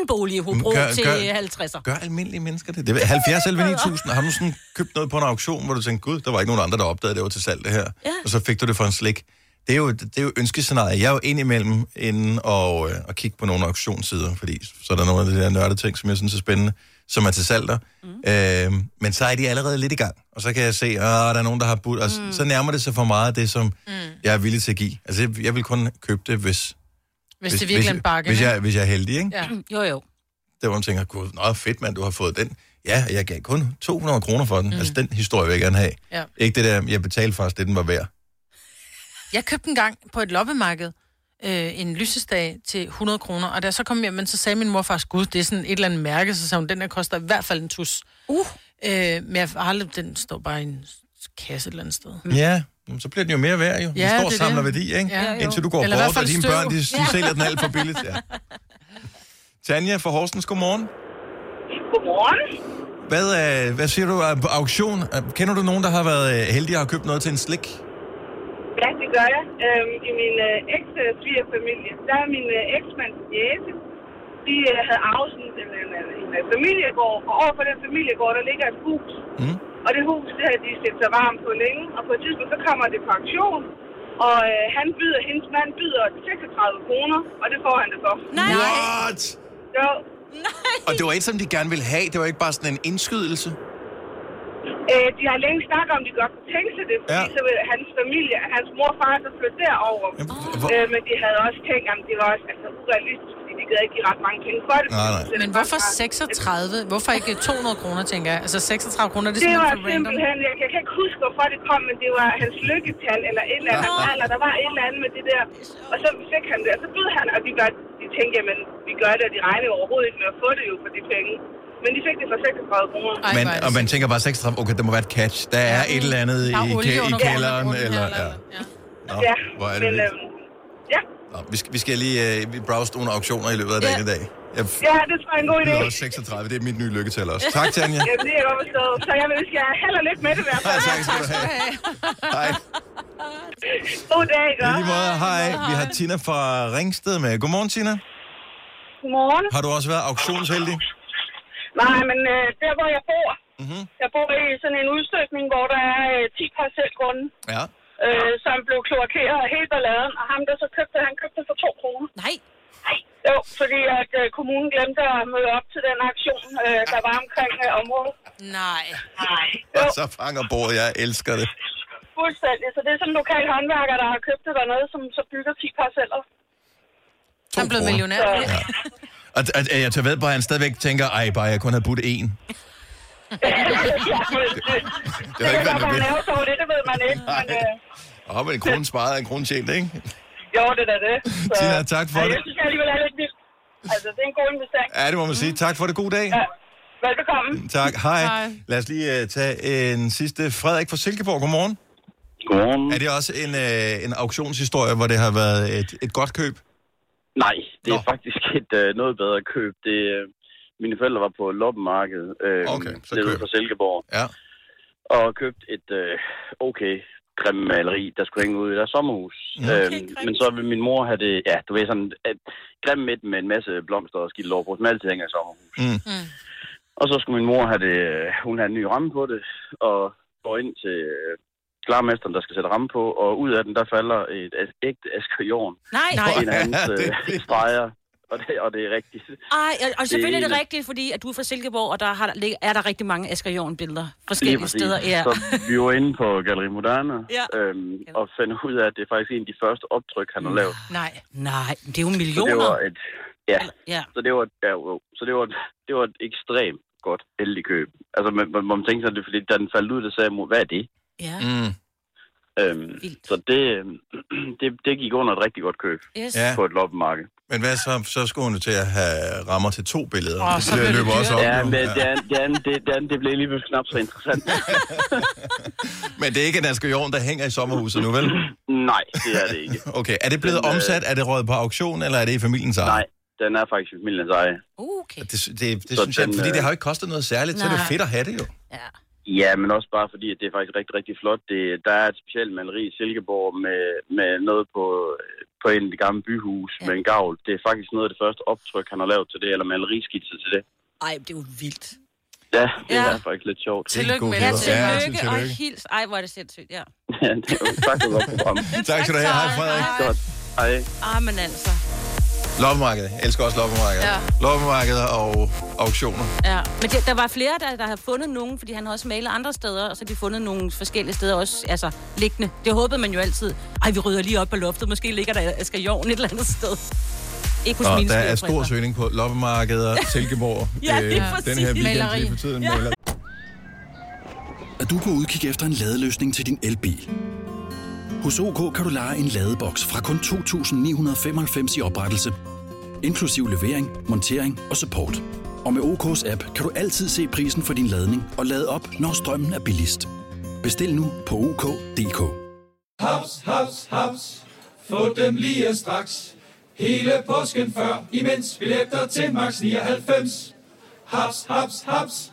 [SPEAKER 2] en bolig i Hobro
[SPEAKER 1] Gør-
[SPEAKER 2] til
[SPEAKER 1] gør-
[SPEAKER 2] 50'er.
[SPEAKER 1] Gør almindelige mennesker det? det er 70 11 9000. Har du sådan købt noget på en auktion, hvor du tænkte, gud, der var ikke nogen andre, der opdagede, det var til salg det her. Ja. Og så fik du det for en slik. Det er jo, det er jo ønskescenariet. Jeg er jo indimellem inde og, øh, og kigge på nogle auktionssider, fordi så er der nogle af de der nørdede ting, som jeg synes er spændende, som er til salg der. Mm. Øh, men så er de allerede lidt i gang, og så kan jeg se, at der er nogen, der har budt, og mm. så nærmer det sig for meget af det, som mm. jeg er villig til at give. Altså, jeg, jeg vil kun købe det, hvis...
[SPEAKER 3] hvis, det virkelig er
[SPEAKER 1] hvis,
[SPEAKER 3] en bakke.
[SPEAKER 1] hvis,
[SPEAKER 3] ikke?
[SPEAKER 1] jeg, hvis jeg er heldig, ikke?
[SPEAKER 3] ja.
[SPEAKER 2] Jo, jo.
[SPEAKER 1] der hvor man tænker, gud, nå, fedt mand, du har fået den. Ja, jeg gav kun 200 kroner for den. Mm. Altså, den historie vil jeg gerne have.
[SPEAKER 3] Ja.
[SPEAKER 1] Ikke det der, jeg betalte faktisk det, den var værd.
[SPEAKER 3] Jeg købte en gang på et loppemarked øh, en lysestage til 100 kroner, og da jeg så kom hjem, men så sagde min mor faktisk, gud, det er sådan et eller andet mærke, så sagde hun, den der koster i hvert fald en tus.
[SPEAKER 2] Uh.
[SPEAKER 3] Øh, men jeg har aldrig, den står bare i en kasse et eller andet sted.
[SPEAKER 1] Ja, jamen, så bliver den jo mere værd, jo. Den
[SPEAKER 3] Mm. Ja,
[SPEAKER 1] står
[SPEAKER 3] det er
[SPEAKER 1] og samler
[SPEAKER 3] det.
[SPEAKER 1] værdi, ikke?
[SPEAKER 3] Ja, jo.
[SPEAKER 1] Indtil du går
[SPEAKER 3] Eller i
[SPEAKER 1] bort,
[SPEAKER 3] hvert
[SPEAKER 1] og
[SPEAKER 3] fald
[SPEAKER 1] dine
[SPEAKER 3] støv.
[SPEAKER 1] børn, de, de
[SPEAKER 3] Ja.
[SPEAKER 1] sælger den alt for billigt. Ja. Tanja fra Horsens, godmorgen.
[SPEAKER 8] Godmorgen.
[SPEAKER 1] Hvad, øh, hvad siger du øh, på auktion? Øh, Kender du nogen, der har været øh, heldige og har købt noget til en slik?
[SPEAKER 8] Ja, det gør jeg. Øhm, I min øh, eks-svigerfamilie, der er min øh, eksmands jæse. De øh, havde arvet sådan en, en, en, en øh, familiegård, og overfor den familiegård, der ligger et hus.
[SPEAKER 1] Mm.
[SPEAKER 8] Og det hus, det havde de set sig varmt på længe, og på et tidspunkt, så kommer det på auktion. Og øh, han byder, hendes mand byder 36 kroner, og det får han det for.
[SPEAKER 2] Nej.
[SPEAKER 1] What?
[SPEAKER 8] Jo,
[SPEAKER 1] Og det var et, som de gerne ville have. Det var ikke bare sådan en indskydelse.
[SPEAKER 8] øh, de har længe snakket om, de godt kunne tænke sig det, fordi
[SPEAKER 1] Ja.
[SPEAKER 8] ja. så vil hans familie, hans mor og far, så flytte derover.
[SPEAKER 1] Jamen, hvor-
[SPEAKER 8] Øh, men de havde også tænkt, at det var også altså, urealistisk, fordi de gad ikke give ret mange penge for det.
[SPEAKER 1] Nej, nej.
[SPEAKER 3] Men hvorfor 36? Hvorfor ikke 200 kroner, tænker jeg? Altså 36 kroner, det er
[SPEAKER 8] Det var
[SPEAKER 3] simpelthen for random.
[SPEAKER 8] simpelthen, jeg kan, jeg kan ikke huske, hvorfor det kom, men det var hans lykketal eller et eller andet, hans alder, der var et eller andet med det der. Og så fik han det, og så bød han, og de, gør, de tænkte, jamen, vi gør det, og de regnede overhovedet ikke med at få det jo for de penge. Men de fik det for 36 kroner.
[SPEAKER 3] Ej,
[SPEAKER 1] Men,
[SPEAKER 3] hvor er det
[SPEAKER 1] og man tænker bare 36, okay, der må være et catch. Der er et eller andet i,
[SPEAKER 3] Der er
[SPEAKER 1] i,
[SPEAKER 3] olie
[SPEAKER 1] i
[SPEAKER 3] under gulvet,
[SPEAKER 1] kælderen.
[SPEAKER 3] under
[SPEAKER 1] Eller,
[SPEAKER 3] eller-
[SPEAKER 1] ja.
[SPEAKER 3] ja.
[SPEAKER 1] Nå,
[SPEAKER 8] Ja,
[SPEAKER 1] hvor er det
[SPEAKER 8] men,
[SPEAKER 1] vildt.
[SPEAKER 8] øhm, ja.
[SPEAKER 1] Nå, vi, skal, vi skal lige øh, vi browse nogle auktioner i løbet af dagen i dag. Jeg f-
[SPEAKER 8] ja, det tror jeg er en god idé.
[SPEAKER 1] byder også 36, det er mit nye lykketal også. Tak, Tanja.
[SPEAKER 8] Jamen, det er jeg godt forstået. Så jeg vil ønske jer held og lykke med det i hvert
[SPEAKER 1] Hej,
[SPEAKER 8] fald.
[SPEAKER 1] tak skal du have. Hej.
[SPEAKER 8] God dag,
[SPEAKER 1] I
[SPEAKER 8] gør.
[SPEAKER 1] lige måde, hej. Vi har Tina fra Ringsted med. Godmorgen, Tina.
[SPEAKER 8] Godmorgen.
[SPEAKER 1] Har du også været auktionsheldig?
[SPEAKER 8] Nej, men øh, der hvor jeg bor,
[SPEAKER 1] Mhm.
[SPEAKER 8] mm-hmm. jeg bor i sådan en udstykning, hvor der er øh, 10 parcelgrunde,
[SPEAKER 1] Ja.
[SPEAKER 8] øh, som blev kloakeret af hele balladen, og ham der så købte, han købte det for 2 kroner.
[SPEAKER 2] Nej.
[SPEAKER 8] Jo, fordi at øh, kommunen glemte at møde op til den aktion, øh, der var omkring øh, området.
[SPEAKER 3] Nej.
[SPEAKER 8] Nej. Jo,
[SPEAKER 1] Og så fanger bordet, jeg elsker det.
[SPEAKER 8] fuldstændig. Så det er sådan en lokal håndværker, der har købt det dernede, som så bygger 10 parceller.
[SPEAKER 1] To
[SPEAKER 3] Han blev
[SPEAKER 1] kroner.
[SPEAKER 3] millionær.
[SPEAKER 8] Så-
[SPEAKER 3] Ja.
[SPEAKER 1] Og at, at jeg tager ved på, at han stadigvæk tænker, ej, bare jeg kun havde budt én.
[SPEAKER 8] ja, men, det,
[SPEAKER 1] Det har
[SPEAKER 8] det kan
[SPEAKER 1] ikke været
[SPEAKER 8] man
[SPEAKER 1] nødvendigt.
[SPEAKER 8] lave sig over det, det ved man ikke. Men, øh,
[SPEAKER 1] Åh, men en krone sparet er en krone tjent, ikke?
[SPEAKER 8] jo, det er da det. Så,
[SPEAKER 1] Tina, tak for
[SPEAKER 8] Ej,
[SPEAKER 1] det.
[SPEAKER 8] Jeg synes jeg alligevel er lidt vildt. Altså, det er en god investering.
[SPEAKER 1] Ja, det må man sige. Tak for det. God dag.
[SPEAKER 8] Ja. Velbekomme.
[SPEAKER 1] Tak. Hej.
[SPEAKER 3] Hej.
[SPEAKER 1] Lad os lige uh, tage en sidste. Frederik fra Silkeborg, godmorgen.
[SPEAKER 5] Godmorgen.
[SPEAKER 1] Er det også en, uh, en auktionshistorie, hvor det har været et, et godt køb?
[SPEAKER 5] Nej, det er
[SPEAKER 1] Nå.
[SPEAKER 5] faktisk et øh, noget bedre køb. Det, øh, mine forældre var på loppemarkedet øh,
[SPEAKER 1] Okay, så
[SPEAKER 5] nede
[SPEAKER 1] køb.
[SPEAKER 5] fra Silkeborg
[SPEAKER 1] Ja.
[SPEAKER 5] og købte et øh, okay grimt maleri, der skulle hænge ud i deres sommerhus.
[SPEAKER 1] Okay,
[SPEAKER 5] øhm, men så ville min mor have det, ja, du ved sådan, et grimt midt med en masse blomster og skidt lovbrug, som altid hænger i sommerhus.
[SPEAKER 1] Mm.
[SPEAKER 3] Mm.
[SPEAKER 5] Og så skulle min mor have det, øh, hun havde en ny ramme på det, og går ind til øh, klarmesteren, der skal sætte ramme på, og ud af den, der falder et, et ægte asker jorden.
[SPEAKER 2] Nej.
[SPEAKER 3] Nej.
[SPEAKER 5] En af hans
[SPEAKER 1] Ja, det er
[SPEAKER 5] øh,
[SPEAKER 1] fint.
[SPEAKER 5] streger, og det, og det er rigtigt.
[SPEAKER 2] Ej, og, og selvfølgelig er det
[SPEAKER 5] Det-
[SPEAKER 2] rigtigt, fordi at du er fra Silkeborg, og der har, lig- er der rigtig mange Asger Jorn billeder
[SPEAKER 5] Lige
[SPEAKER 2] forskellige
[SPEAKER 5] præcis.
[SPEAKER 2] steder. Ja.
[SPEAKER 5] Så vi var inde på Galeri Moderne,
[SPEAKER 2] Ja.
[SPEAKER 5] øhm, og fandt ud af, at det er faktisk en af de første optryk, han har lavet.
[SPEAKER 3] Nej.
[SPEAKER 2] Nej, det er jo
[SPEAKER 5] Så det
[SPEAKER 2] millioner.
[SPEAKER 5] var et, ja,
[SPEAKER 2] Ja.
[SPEAKER 5] så det var, ja, jo, så det var, et- det var et ekstremt godt heldig køb. Altså, man, man, man tænkte sig, det, er fordi da den faldt ud, der sagde jeg, "Mor, hvad er det?
[SPEAKER 2] ja.
[SPEAKER 1] Mm.
[SPEAKER 5] Øhm,
[SPEAKER 2] Vildt.
[SPEAKER 5] så det, øhm, det, det gik under et rigtig godt køb
[SPEAKER 2] Yes.
[SPEAKER 1] Ja.
[SPEAKER 2] ja.
[SPEAKER 5] på et loppemarked.
[SPEAKER 1] Men hvad så? Så skulle hun jo til at have rammer til to billeder.
[SPEAKER 3] Åh,
[SPEAKER 1] Det
[SPEAKER 3] så
[SPEAKER 1] bliver-
[SPEAKER 3] bliver det
[SPEAKER 1] løber
[SPEAKER 3] dyrt.
[SPEAKER 1] også op.
[SPEAKER 5] Ja,
[SPEAKER 1] nu.
[SPEAKER 5] men det, andet- det, andet- det, det, andet, det blev alligevel knap så interessant.
[SPEAKER 1] men det er ikke en Asger Jorn, der hænger i sommerhuset nu, vel?
[SPEAKER 5] Nej, det er det ikke.
[SPEAKER 1] Okay. Er det blevet
[SPEAKER 5] Den, øh,
[SPEAKER 1] omsat? Er det røget på auktion, eller er det i familiens eje?
[SPEAKER 5] Nej, den er faktisk familiens eje.
[SPEAKER 2] Okay.
[SPEAKER 1] Det, det, det
[SPEAKER 5] Så
[SPEAKER 1] synes jeg,
[SPEAKER 5] den,
[SPEAKER 1] fordi det
[SPEAKER 5] øh,
[SPEAKER 1] har jo ikke kostet noget særligt, så er det jo
[SPEAKER 2] Nej.
[SPEAKER 1] fedt at have det jo.
[SPEAKER 2] Ja.
[SPEAKER 5] Ja, men også bare fordi, at det er faktisk rigtig, rigtig flot. Det, der er et specielt maleri i Silkeborg med, med noget på, på en af de gamle byhus ja. med en gavl. Det er faktisk noget af det første optryk, han har lavet til det, eller maleriskitser til det.
[SPEAKER 2] Ej, det er jo vildt.
[SPEAKER 5] Ja, det
[SPEAKER 2] Ja.
[SPEAKER 5] ja. er faktisk lidt sjovt.
[SPEAKER 3] Tillykke med
[SPEAKER 1] Ja,
[SPEAKER 2] Ja,
[SPEAKER 3] det.
[SPEAKER 1] til-
[SPEAKER 3] Ja.
[SPEAKER 2] tillykke, og
[SPEAKER 1] tillykke.
[SPEAKER 2] hils. Ej, hvor er det sindssygt, ja.
[SPEAKER 5] Ja, det er jo tak for godt program.
[SPEAKER 1] Tak skal du have. Hej, Frederik.
[SPEAKER 5] Godt. Hej.
[SPEAKER 2] Ah, men altså.
[SPEAKER 1] Loppemarkedet. Jeg elsker også loppemarkedet. Ja.
[SPEAKER 3] Ja.
[SPEAKER 1] Loppemarkeder og auktioner.
[SPEAKER 2] Ja. Men det, der var flere, der, der har fundet nogen, fordi han har også malet andre steder, og så har de fundet nogle forskellige steder også, altså liggende. Det håbede man jo altid. Ej, vi rydder lige op på loftet. Måske ligger der øh, Asger Jorn et eller andet sted. Ikke hos
[SPEAKER 1] Og
[SPEAKER 2] mine
[SPEAKER 1] der er stor
[SPEAKER 2] svigerforældre.
[SPEAKER 1] søgning på loppemarkeder, Silkeborg,
[SPEAKER 2] Ja,
[SPEAKER 1] øh,
[SPEAKER 2] lige præcis.
[SPEAKER 1] den her weekend
[SPEAKER 3] Maleri.
[SPEAKER 1] lige for tiden. Ja.
[SPEAKER 9] at du er på udkig efter en ladeløsning til din elbil. Hos OK kan du lege en ladeboks fra kun 2.995 i oprettelse, inklusiv levering, montering og support. Og med OK's app kan du altid se prisen for din ladning og lade op, når strømmen er billigst. Bestil nu på OK.dk.
[SPEAKER 10] Haps, haps, haps. Få dem lige straks. Hele påsken før, imens vi læfter til max 99. Haps, haps, haps.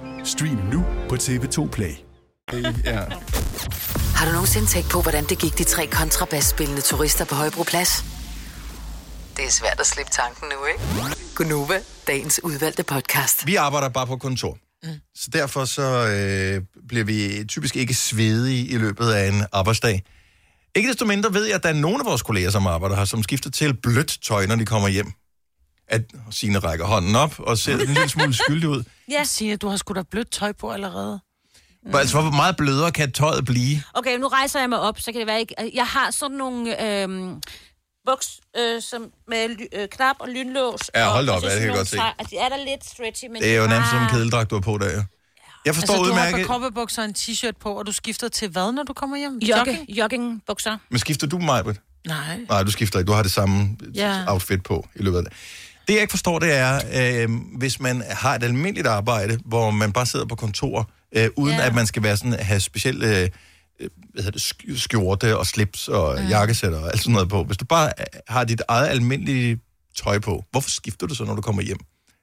[SPEAKER 11] Stream nu på TV2 Play.
[SPEAKER 1] Ja.
[SPEAKER 6] Har du nogensinde tænkt på, hvordan det gik de tre kontrabasspillende turister på Højbroplads? Det er svært at slippe tanken nu, ikke? Gunova, dagens udvalgte podcast.
[SPEAKER 1] Vi arbejder bare på kontor. Mm. Så derfor så øh, bliver vi typisk ikke svedige i løbet af en arbejdsdag. Ikke desto mindre ved jeg, at der er nogle af vores kolleger, som arbejder her, som skifter til blødt tøj, når de kommer hjem. At Signe rækker hånden op og ser en lille smule skyldig ud.
[SPEAKER 3] Ja. Signe, du har sgu da blødt tøj på allerede.
[SPEAKER 1] Mm. Altså, hvor meget blødere kan tøjet blive?
[SPEAKER 2] Okay, nu rejser jeg mig op, så kan det være ikke... Jeg har sådan nogle øh, buks øh, som med ly- øh, knap og lynlås.
[SPEAKER 1] Ja, hold da
[SPEAKER 2] og-
[SPEAKER 1] op,
[SPEAKER 2] og så
[SPEAKER 1] ja, det kan
[SPEAKER 2] sådan
[SPEAKER 1] jeg
[SPEAKER 2] nogle
[SPEAKER 1] godt se.
[SPEAKER 2] træ- Og de er der lidt stretchy, men...
[SPEAKER 1] Det er jo
[SPEAKER 2] de
[SPEAKER 1] nærmest
[SPEAKER 2] bare-
[SPEAKER 1] som en kedeldragt, du har på der, ja. Jeg forstår
[SPEAKER 3] altså, du har
[SPEAKER 1] udmærket.
[SPEAKER 3] på kopperbukser og en t-shirt på, og du skifter til hvad, når du kommer hjem?
[SPEAKER 2] Jogge, joggingbukser.
[SPEAKER 1] Men skifter du, Majbert?
[SPEAKER 3] Nej.
[SPEAKER 1] Nej, du skifter ikke. Du har det samme
[SPEAKER 2] Ja.
[SPEAKER 1] ja. outfit på i løbet af det. Det, jeg ikke forstår, det er, øh, hvis man har et almindeligt arbejde, hvor man bare sidder på kontor, øh, uden ja. at man skal være sådan, have specielle øh, øh, hvad hedder det, sk- skjorte og slips og mm. jakkesæt og alt sådan noget på. Hvis du bare øh, har dit eget almindelige tøj på, hvorfor skifter du så, når du kommer hjem?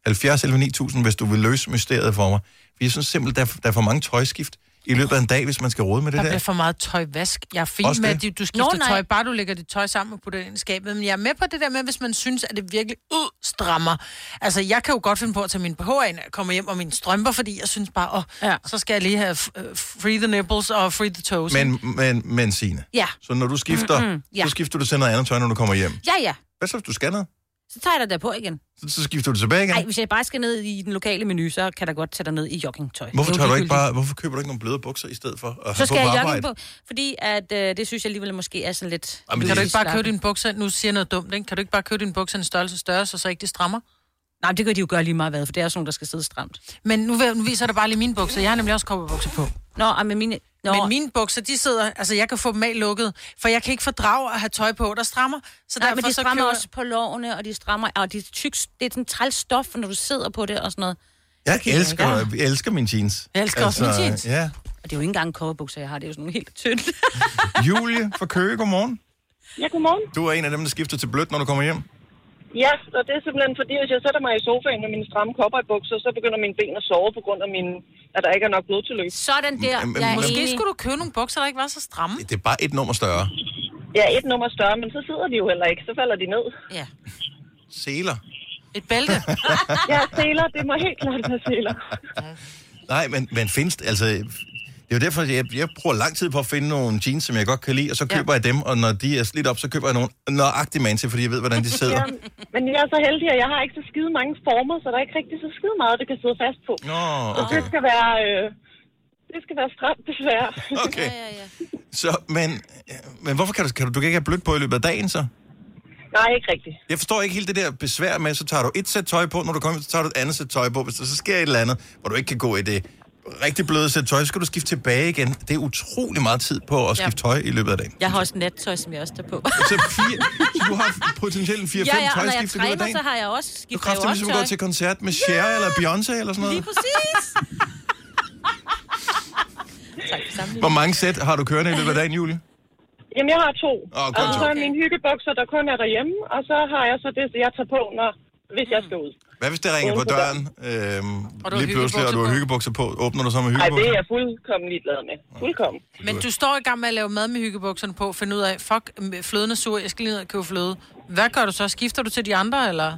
[SPEAKER 1] 70 11 9000, hvis du vil løse mysteriet for mig. For jeg synes simpelthen, der er, der er for mange tøjskift i løbet af en dag, hvis man skal rode med det
[SPEAKER 3] der
[SPEAKER 1] der.
[SPEAKER 3] bliver for meget tøjvask. Jeg er fin
[SPEAKER 1] Også
[SPEAKER 3] med,
[SPEAKER 1] det.
[SPEAKER 3] at du- du
[SPEAKER 1] Nå,
[SPEAKER 3] skifter Nå,
[SPEAKER 2] nej.
[SPEAKER 3] tøj, bare du lægger dit tøj sammen og putter det ind i skabet. Men jeg er med på det der med, hvis man synes, at det virkelig ud strammer. Altså, jeg kan jo godt finde på at tage min BH ind, komme hjem og mine strømper, fordi jeg synes bare, åh, ja. så skal jeg lige have f- øh, free the nipples og free the toes.
[SPEAKER 1] Men, men, men Signe,
[SPEAKER 2] Ja.
[SPEAKER 1] så når du skifter,
[SPEAKER 2] Mm, mm,
[SPEAKER 1] mm-hmm,
[SPEAKER 2] ja.
[SPEAKER 1] ja. så skifter du til noget andet tøj, når du kommer hjem.
[SPEAKER 2] Ja, ja.
[SPEAKER 1] Hvad så, hvis du skal noget?
[SPEAKER 2] Så tager jeg dig der på igen.
[SPEAKER 1] Så, så skifter du tilbage igen.
[SPEAKER 2] Nej, hvis jeg bare skal ned i den lokale menu, så kan der godt tage dig ned i joggingtøj.
[SPEAKER 1] hvorfor,
[SPEAKER 2] Det er jo
[SPEAKER 1] tager du ikke
[SPEAKER 2] ligegyldigt.
[SPEAKER 1] bare, hvorfor køber du ikke nogle bløde bukser i stedet for at
[SPEAKER 2] Så
[SPEAKER 1] have
[SPEAKER 2] skal
[SPEAKER 1] på
[SPEAKER 2] jeg
[SPEAKER 1] på
[SPEAKER 2] jogge
[SPEAKER 1] arbejde?
[SPEAKER 2] på, fordi at, øh, det synes jeg alligevel måske er sådan lidt...
[SPEAKER 1] Jamen,
[SPEAKER 3] kan
[SPEAKER 1] det-
[SPEAKER 3] du ikke bare købe dine bukser, nu siger jeg noget dumt, ikke? Kan du ikke bare købe dine bukser en størrelse større, så, så ikke det strammer?
[SPEAKER 2] Nej, men det kan de jo gøre lige meget hvad, for det er sådan nogle, der skal sidde stramt.
[SPEAKER 3] Men nu, vil- nu viser jeg dig bare lige mine bukser. Jeg har nemlig også kopperbukser på.
[SPEAKER 2] Nå, ej, men mine... Nå.
[SPEAKER 3] Men mine bukser, de sidder... Altså, jeg kan få dem af lukket, for jeg kan ikke fordrage at have tøj på, der strammer. Så
[SPEAKER 2] Så Nej,
[SPEAKER 3] derfor
[SPEAKER 2] men de
[SPEAKER 3] så
[SPEAKER 2] strammer
[SPEAKER 3] køber-
[SPEAKER 2] også på lårene, og de strammer, og de er tyk, det er sådan træls stof, når du sidder på det og sådan noget.
[SPEAKER 1] Jeg
[SPEAKER 2] gider
[SPEAKER 1] elsker,
[SPEAKER 2] ikke.
[SPEAKER 1] jeg elsker mine jeans. Altså,
[SPEAKER 2] Jeg elsker også mine jeans.
[SPEAKER 1] Ja.
[SPEAKER 2] Og det er jo ikke engang coverbukser, jeg har, det er jo sådan nogle helt tynde.
[SPEAKER 1] Julie fra Køge, godmorgen.
[SPEAKER 12] Ja, godmorgen.
[SPEAKER 1] Du er en af dem, der skifter til blødt, når du kommer hjem.
[SPEAKER 12] Ja, og det er simpelthen fordi, hvis jeg sætter mig i sofaen med mine stramme kopper i bukser, så begynder mine ben at sove på grund af, min, at der ikke er nok blodtilløb.
[SPEAKER 2] Sådan
[SPEAKER 1] der. Men- Jeg er
[SPEAKER 3] Måske
[SPEAKER 1] enig.
[SPEAKER 3] skulle du købe nogle bukser, der ikke var så stramme.
[SPEAKER 1] Det er bare et nummer større.
[SPEAKER 12] Ja, et nummer større, men så sidder de jo heller ikke. Så falder de ned.
[SPEAKER 3] Ja.
[SPEAKER 1] Seler.
[SPEAKER 3] Et bælte.
[SPEAKER 12] ja, seler. Det må helt klart være seler.
[SPEAKER 1] Nej, men, men findes det- altså... Det er jo derfor, jeg, jeg bruger lang tid på at finde nogle jeans, som jeg godt kan lide, og så køber ja. jeg dem, og når de er slidt op, så køber jeg nogle nøjagtige man til, fordi jeg ved, hvordan de sidder.
[SPEAKER 12] Ja, men jeg er så heldig, at jeg har ikke så skide mange former, så der er ikke rigtig så skide meget, det kan sidde fast på.
[SPEAKER 1] Nå,
[SPEAKER 12] Så
[SPEAKER 1] okay.
[SPEAKER 12] det skal være... Øh, det skal være stramt, desværre.
[SPEAKER 1] Okay. Så, men, men hvorfor kan du, kan du, du kan ikke have blødt på i løbet af dagen, så?
[SPEAKER 12] Nej, ikke rigtigt.
[SPEAKER 1] Jeg forstår ikke helt det der besvær med, så tager du et sæt tøj på, når du kommer, hjem, så tager du et andet sæt tøj på. Hvis der så sker et eller andet, hvor du ikke kan gå i det rigtig bløde sæt tøj, så skal du skifte tilbage igen. Det er utrolig meget tid på at
[SPEAKER 2] Ja.
[SPEAKER 1] skifte tøj i løbet af dagen.
[SPEAKER 2] Jeg har også nattøj, som jeg også tager på.
[SPEAKER 1] Så, fire, så du har potentielt 4-5
[SPEAKER 2] ja, ja, og når jeg
[SPEAKER 1] tøjskift i løbet af
[SPEAKER 2] træner,
[SPEAKER 1] dagen.
[SPEAKER 2] så har jeg også skiftet
[SPEAKER 1] Du kræfter ligesom gå til koncert med Cher
[SPEAKER 2] Ja!
[SPEAKER 1] eller Beyoncé eller sådan
[SPEAKER 2] Lige
[SPEAKER 1] noget.
[SPEAKER 2] præcis. tak for
[SPEAKER 1] Hvor mange sæt har du kørende i løbet af dagen, Julie?
[SPEAKER 12] Jamen, jeg har to.
[SPEAKER 1] Åh,
[SPEAKER 12] og
[SPEAKER 1] kun
[SPEAKER 12] så
[SPEAKER 1] to.
[SPEAKER 12] er mine hyggebukser, der kun er derhjemme, og så har jeg så det, jeg tager på, når, hvis jeg skal ud.
[SPEAKER 1] Hvad hvis det ringer på
[SPEAKER 12] Uden for
[SPEAKER 1] døren øhm,
[SPEAKER 12] du har
[SPEAKER 1] lige pludselig, og du har hyggebukser på? Åbner du så
[SPEAKER 12] Nej,
[SPEAKER 1] med
[SPEAKER 12] det
[SPEAKER 1] hyggebukser?
[SPEAKER 12] er jeg fuldkommen ligeglad med. Fuldkommen.
[SPEAKER 3] Men du står i gang med at lave mad med hyggebukserne på, finde ud af, fuck, fløden er sur, jeg skal lige ned og købe fløde. Hvad gør du så? Skifter du til de andre, eller?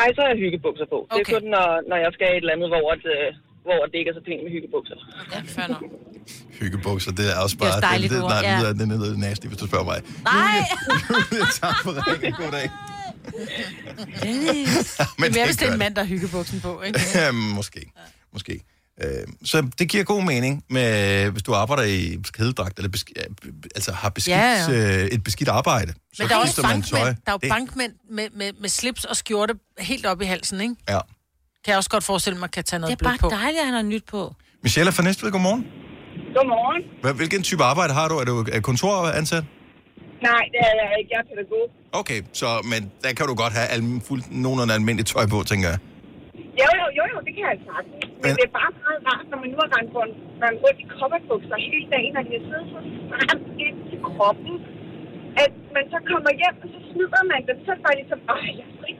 [SPEAKER 12] Ej, så har jeg hyggebukser på. Okay. Det er kun, når, når jeg skal et eller andet, hvor, at, øh, hvor det ikke er så pænt med hyggebukser.
[SPEAKER 3] Ja, fair nok.
[SPEAKER 1] Hyggebukser, det er også
[SPEAKER 2] er
[SPEAKER 1] bare...
[SPEAKER 2] også dejligt
[SPEAKER 1] det, det,
[SPEAKER 2] ord,
[SPEAKER 1] nej,
[SPEAKER 2] ja.
[SPEAKER 1] det lyder, den lyder nasty, hvis du spørger mig.
[SPEAKER 2] Nej!
[SPEAKER 1] Julie, tak for ringen. God dag.
[SPEAKER 3] Men
[SPEAKER 1] det
[SPEAKER 3] jeg hvis det er
[SPEAKER 1] gør
[SPEAKER 3] en mand, der har hyggebuksen på, ikke?
[SPEAKER 1] Ja, måske. Måske. Øh, så det giver god mening, med, hvis du arbejder i kædedragt, eller besk- ja, b- altså har beskidt,
[SPEAKER 3] Ja,
[SPEAKER 1] ja,
[SPEAKER 3] ja.
[SPEAKER 1] ja. et beskidt arbejde. Så
[SPEAKER 3] Men der er også
[SPEAKER 1] skifter man tøj.
[SPEAKER 3] bankmænd, der er jo
[SPEAKER 1] Det-
[SPEAKER 3] bankmænd med, med, med slips og skjorte helt op i halsen, ikke?
[SPEAKER 1] Ja.
[SPEAKER 3] Kan jeg også godt forestille mig, kan tage noget blødt på. Det er bare dejligt, at han har nyt på.
[SPEAKER 1] Michelle fra Næstved, godmorgen.
[SPEAKER 8] Godmorgen.
[SPEAKER 1] Hvad, hvilken type arbejde har du? Er du øh, kontoransat?
[SPEAKER 8] Nej, det er jeg ikke. Jeg er pædagog.
[SPEAKER 1] Okay, så, men der kan du godt have al- fuld, nogenlunde almindeligt tøj på, tænker jeg.
[SPEAKER 8] Jo, jo, jo, jo, det kan jeg sagtens. Men
[SPEAKER 1] Men-
[SPEAKER 8] det er bare meget rart, når man nu har rendt rundt, rendt rundt i kopperbukser hele dagen, og de har siddet så stramt ind til kroppen, at man så kommer hjem, og så smider man dem, så er det bare ligesom, åh, jeg er fri.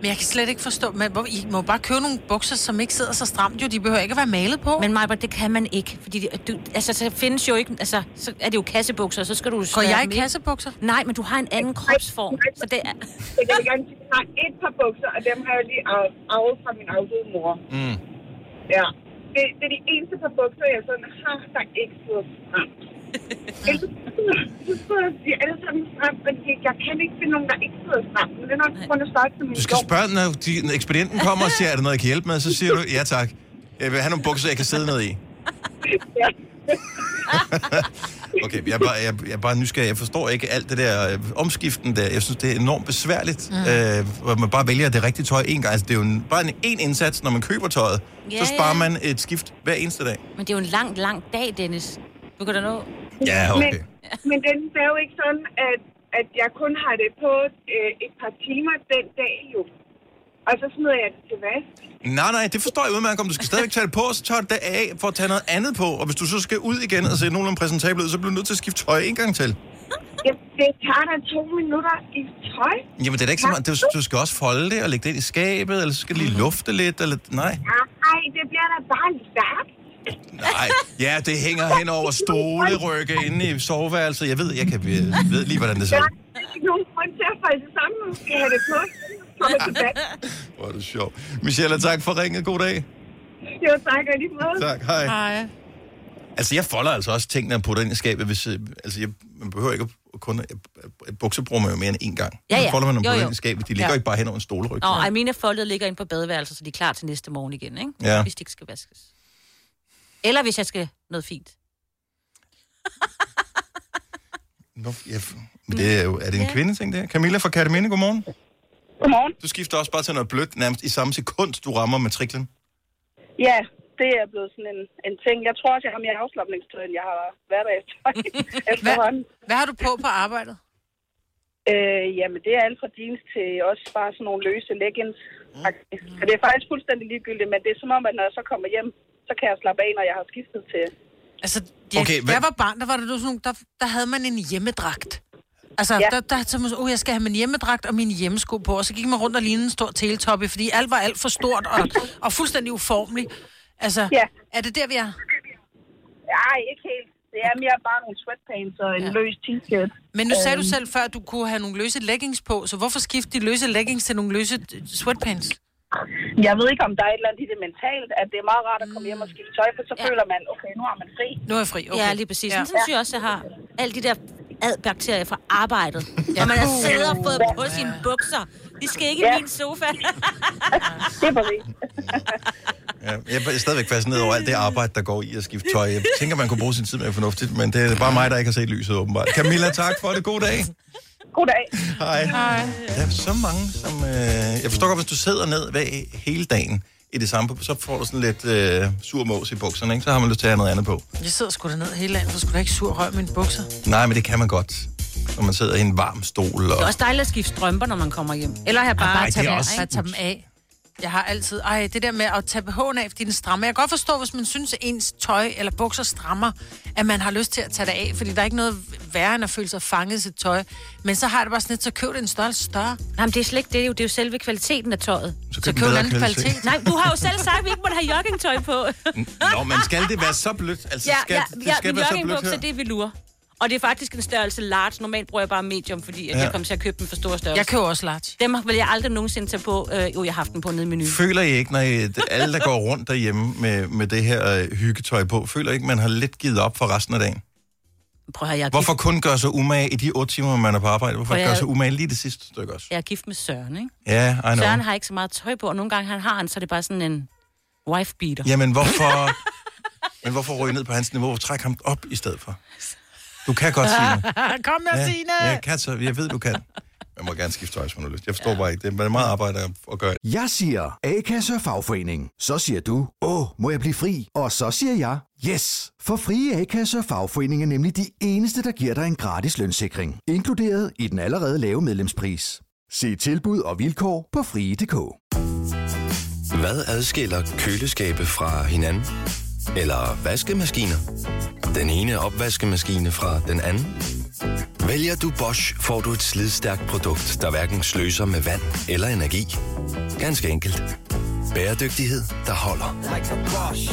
[SPEAKER 3] Men jeg kan slet ikke forstå, men hvor, I må bare købe nogle bukser, som ikke sidder så stramt, jo. De behøver ikke at være malet på.
[SPEAKER 2] Men Majbert, det kan man ikke, fordi det, du, altså, så findes jo ikke, altså, så er det jo kassebukser, så skal du...
[SPEAKER 3] Går jeg i kassebukser?
[SPEAKER 2] Nej, men du har en anden kropsform, så det er...
[SPEAKER 8] Så jeg vil gerne sige, at jeg har et par bukser, og dem har jeg lige arvet, arvet fra min afdøde mor.
[SPEAKER 1] Mm.
[SPEAKER 8] Ja. Det, det er de eneste par bukser, jeg sådan har, der ikke sidder stramt. Ellers sidder- så sidder de alle sammen stramt, men jeg- jeg kan ikke finde nogen, der ikke sidder stramt. Men det er nok på grund af størrelsen af min
[SPEAKER 1] Du skal
[SPEAKER 8] lår.
[SPEAKER 1] spørge, når, de, når ekspedienten kommer og siger, er der noget, jeg kan hjælpe med? Så siger du, ja tak. Jeg vil have nogle bukser, jeg kan sidde ned i.
[SPEAKER 8] Ja.
[SPEAKER 1] Okay, jeg er, bare, jeg, jeg er bare nysgerrig. Jeg forstår ikke alt det der øh, omskiften der. Jeg synes, det er enormt besværligt,
[SPEAKER 13] Mm.
[SPEAKER 1] mm. øh, hvor man bare vælger det rigtige tøj en gang. Altså, det er jo en, bare en, en indsats, når man køber tøjet.
[SPEAKER 2] Ja,
[SPEAKER 1] Yeah, så sparer
[SPEAKER 2] ja.
[SPEAKER 1] man et skift hver eneste dag.
[SPEAKER 2] Men det er jo en lang, lang dag, Dennis. Du kan da nå...
[SPEAKER 1] Ja, okay.
[SPEAKER 8] Men, men den det er jo ikke sådan, at, at jeg kun har det på øh, et par timer den dag jo. Og så smider jeg det til vask.
[SPEAKER 1] Nej, nej, det forstår jeg udmærket. Om du skal stadigvæk tage det på, så tager du det af for at tage noget andet på. Og hvis du så skal ud igen og se nogenlunde præsentabel ud, så bliver du nødt til at skifte tøj en gang til.
[SPEAKER 8] Det, det tager da to minutter i tøj.
[SPEAKER 1] Jamen, det er da ikke så meget. Du, du skal også folde det og lægge det ind i skabet, eller så skal det
[SPEAKER 2] Mm.
[SPEAKER 1] lige lufte lidt, eller... Nej,
[SPEAKER 8] Nej, det bliver da bare stærkt.
[SPEAKER 1] nej. Ja, det hænger hen over stolerygge inde i soveværelset. Jeg ved, jeg kan jeg ved lige, hvordan det ser
[SPEAKER 8] Der
[SPEAKER 1] ud.
[SPEAKER 8] er ikke nogen grund til at falde det sammen, når man skal have det på. Kommer tilbage.
[SPEAKER 1] Hvor er det sjovt. Michelle, tak for ringet. God dag.
[SPEAKER 8] Jo, tak, og lige måde.
[SPEAKER 1] Tak, hej.
[SPEAKER 3] Hej.
[SPEAKER 1] Altså, jeg folder altså også tingene og putter ind i skabet, hvis... øh, Altså, jeg, man behøver ikke at kun... at- Bukser bruger man jo mere end én gang.
[SPEAKER 2] Ja, ja.
[SPEAKER 1] Så folder man dem
[SPEAKER 2] Jo,
[SPEAKER 1] putter
[SPEAKER 2] jo.
[SPEAKER 1] ind i skabet. De ligger
[SPEAKER 2] Ja.
[SPEAKER 1] jo ikke bare hen over en stoleryg.
[SPEAKER 2] Nå, ej, mine foldet ligger inde på badeværelset, så de er klar til næste morgen igen, ikke?
[SPEAKER 1] Ja.
[SPEAKER 2] Hvis de ikke skal vaskes. Eller hvis jeg skal noget fint.
[SPEAKER 1] Nå, ja, men det er, jo, er det en kvinde, ting det her? Camilla fra Kataminde, godmorgen.
[SPEAKER 14] Godmorgen.
[SPEAKER 1] Du skifter også bare til noget blødt, nærmest i samme sekund, du rammer matriklen.
[SPEAKER 14] Ja, det er blevet sådan en, en ting. Jeg tror også, jeg har mere afslappningstøj, end jeg har hverdagstøj efterhånden. Hvad, hvad har du på på arbejdet? Øh, jamen, det er alt fra jeans til også bare sådan nogle løse leggings. Mm. Det er faktisk fuldstændig ligegyldigt, men det er som om, at når jeg så kommer hjem, så kan jeg slappe af, når jeg har skiftet til...
[SPEAKER 3] Altså, Jeg, okay,
[SPEAKER 14] hvad-
[SPEAKER 3] jeg var barn, der var det sådan nogle, der, der havde man en hjemmedragt. Altså, ja. der, der så man, så, oh, jeg skal have min hjemmedragt og mine hjemmesko på, og så gik man rundt og lignede en stor teletoppe, fordi alt var alt for stort og, og fuldstændig uformeligt. Altså, ja. er det der, vi er?
[SPEAKER 14] Nej, ikke helt. Det er mere bare nogle sweatpants og en ja. løs t-shirt.
[SPEAKER 3] Men nu sagde du
[SPEAKER 14] Øhm.
[SPEAKER 3] selv før, at du kunne have nogle løse leggings på, så hvorfor skifte de løse leggings til nogle løse øh, sweatpants?
[SPEAKER 14] Jeg ved ikke, om der er et eller andet i det mentalt, at det er meget rart at komme hjem og skifte tøj, for så ja. føler man, okay, nu har man fri.
[SPEAKER 3] Nu er jeg fri, okay.
[SPEAKER 2] Ja, lige præcis. Ja. Sådan synes jeg også, jeg har alle de der adbakterier fra arbejdet. Ja. Når man har siddet og fået på sine bukser. De skal ikke ja. i min sofa.
[SPEAKER 14] det er præcis.
[SPEAKER 1] Ja, jeg er stadigvæk fascineret over alt det arbejde, der går i at skifte tøj. Jeg tænker, man kunne bruge sin tid mere fornuftigt, men det er bare mig, der ikke har set lyset åbenbart. Camilla, tak for det. God dag.
[SPEAKER 14] Goddag.
[SPEAKER 1] Hej. Der er så mange, som... Øh, jeg forstår godt, hvis du sidder ned hver, hele dagen i det samme, så får du sådan lidt øh, sur mås i bukserne, ikke? Så har man lyst til at have noget andet på.
[SPEAKER 3] Jeg sidder sgu da ned hele dagen, for skulle da ikke sur røg mine bukser.
[SPEAKER 1] Nej, men det kan man godt, når man sidder i en varm stol.
[SPEAKER 2] Det er
[SPEAKER 1] Og...
[SPEAKER 2] også dejligt at skifte strømper, når man kommer hjem. Eller have bare,
[SPEAKER 1] Ej,
[SPEAKER 2] bare
[SPEAKER 1] det
[SPEAKER 2] tage
[SPEAKER 1] er
[SPEAKER 2] dem,
[SPEAKER 1] også-
[SPEAKER 2] også...
[SPEAKER 3] at tage dem af. Jeg har altid, ej, det der med at tage BH'en af, fordi den strammer. Jeg kan godt forstå, hvis man synes, at ens tøj eller bukser strammer, at man har lyst til at tage det af, fordi der er ikke noget værre, end at føle sig fanget i sit tøj. Men så har jeg det bare sådan lidt, så køb det en størrelse større.
[SPEAKER 2] Jamen, det er slet ikke det. Det er jo, det er jo selve kvaliteten af tøjet.
[SPEAKER 1] Så køb en bedre kvalitet.
[SPEAKER 2] Nej, du har jo selv sagt, at vi ikke måtte have joggingtøj på.
[SPEAKER 1] Nå, men skal det være så blødt? Altså,
[SPEAKER 2] ja,
[SPEAKER 1] skal,
[SPEAKER 2] ja,
[SPEAKER 1] det
[SPEAKER 2] ja,
[SPEAKER 1] skal
[SPEAKER 2] min
[SPEAKER 1] være så blødt
[SPEAKER 2] joggingbukser,
[SPEAKER 1] her.
[SPEAKER 2] det er velour. Og det er faktisk en størrelse large. Normalt bruger jeg bare medium, fordi at
[SPEAKER 1] Ja.
[SPEAKER 2] ja. jeg kommer til at købe dem for store størrelse.
[SPEAKER 3] Jeg køber også large.
[SPEAKER 2] Dem vil jeg aldrig nogensinde tage på. Øh, jo, jeg har haft dem på nede i menuen.
[SPEAKER 1] Føler I ikke, når I, alle, der går rundt derhjemme med, med det her øh, hyggetøj på, føler I ikke, man har lidt givet op for resten af dagen?
[SPEAKER 2] Prøv at høre, jeg er
[SPEAKER 1] Hvorfor
[SPEAKER 2] gift,
[SPEAKER 1] kun gøre sig umage i de otte timer, man er på arbejde? Hvorfor
[SPEAKER 2] Og
[SPEAKER 1] ikke gøre
[SPEAKER 2] jeg-
[SPEAKER 1] sig umage lige det sidste stykke også?
[SPEAKER 2] jeg er gift med Søren, ikke?
[SPEAKER 1] Ja, I know.
[SPEAKER 2] Søren har ikke så meget tøj på, og nogle gange han har han, så er det bare sådan en wife beater.
[SPEAKER 1] Jamen, hvorfor, men hvorfor ryge ned på hans niveau? Træk ham op i stedet for. Du kan godt, Signe.
[SPEAKER 3] Kom med, ja, Signe!
[SPEAKER 1] Ja, jeg, kan, så, jeg ved, du kan. Man må gerne skifte tøj, hvis man har lyst. Jeg forstår ja. bare ikke. Det er meget arbejde at- at gøre.
[SPEAKER 13] Jeg siger A-kasse og fagforening. Så siger du, åh, må jeg blive fri? Og så siger jeg, yes! For frie A-kasse og fagforening er nemlig de eneste, der giver dig en gratis lønssikring. Inkluderet i den allerede lave medlemspris. Se tilbud og vilkår på frie.dk.
[SPEAKER 15] Hvad adskiller køleskabe fra hinanden? Eller vaskemaskiner? Den ene opvaskemaskine fra den anden? Vælger du Bosch, får du et slidstærkt produkt, der hverken sløser med vand eller energi. Ganske enkelt. Bæredygtighed, der holder.
[SPEAKER 6] Like a Bosch.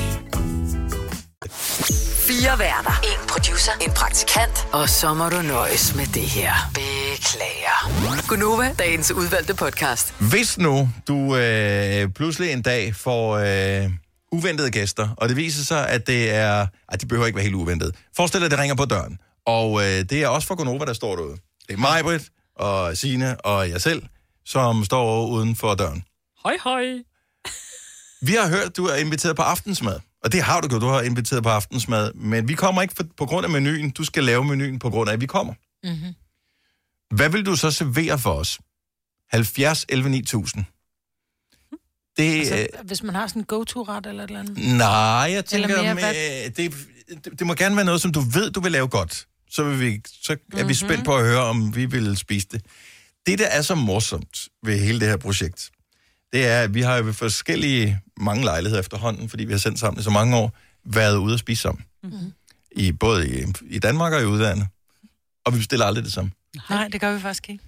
[SPEAKER 6] Fire værter. En producer. En praktikant. Og så må du nøjes med det her. Beklager. Gunova, dagens udvalgte podcast.
[SPEAKER 1] Hvis nu du øh, pludselig en dag får øh, uventede gæster, og det viser sig, at det er... Ej, det behøver ikke være helt uventet. Forestil dig, at det ringer på døren. Og øh, det er også for Gonova, der står derude. Det er mig, Britt, og Sine og jeg selv, som står uden for døren.
[SPEAKER 2] Hej, hej.
[SPEAKER 1] Vi har hørt, at du er inviteret på aftensmad. Og det har du gjort, du har inviteret på aftensmad. Men vi kommer ikke for, på grund af menuen. Du skal lave menuen på grund af, at vi kommer.
[SPEAKER 3] Mm-hmm.
[SPEAKER 1] Hvad vil du så servere for os? 70 11 9000. Det, Mm. altså,
[SPEAKER 3] Altså, hvis man har sådan en go-to-ret eller et eller andet.
[SPEAKER 1] Nej, jeg tænker,
[SPEAKER 3] Eller mere,
[SPEAKER 1] mere,
[SPEAKER 3] hvad-
[SPEAKER 1] det, det, det må gerne være noget, som du ved, du vil lave godt. Så, vil vi, så er mm-hmm.
[SPEAKER 3] Mhm.
[SPEAKER 1] vi spændt på at høre, om vi vil spise det. Det, der er så morsomt ved hele det her projekt, det er, at vi har jo ved forskellige mange lejligheder efterhånden, fordi vi har sendt sammen i så mange år, været ude at spise sammen.
[SPEAKER 3] Mhm.
[SPEAKER 1] Mm-hmm. I, både i, i Danmark og i udlandet. Og vi bestiller aldrig det samme.
[SPEAKER 3] Nej, det gør vi faktisk ikke.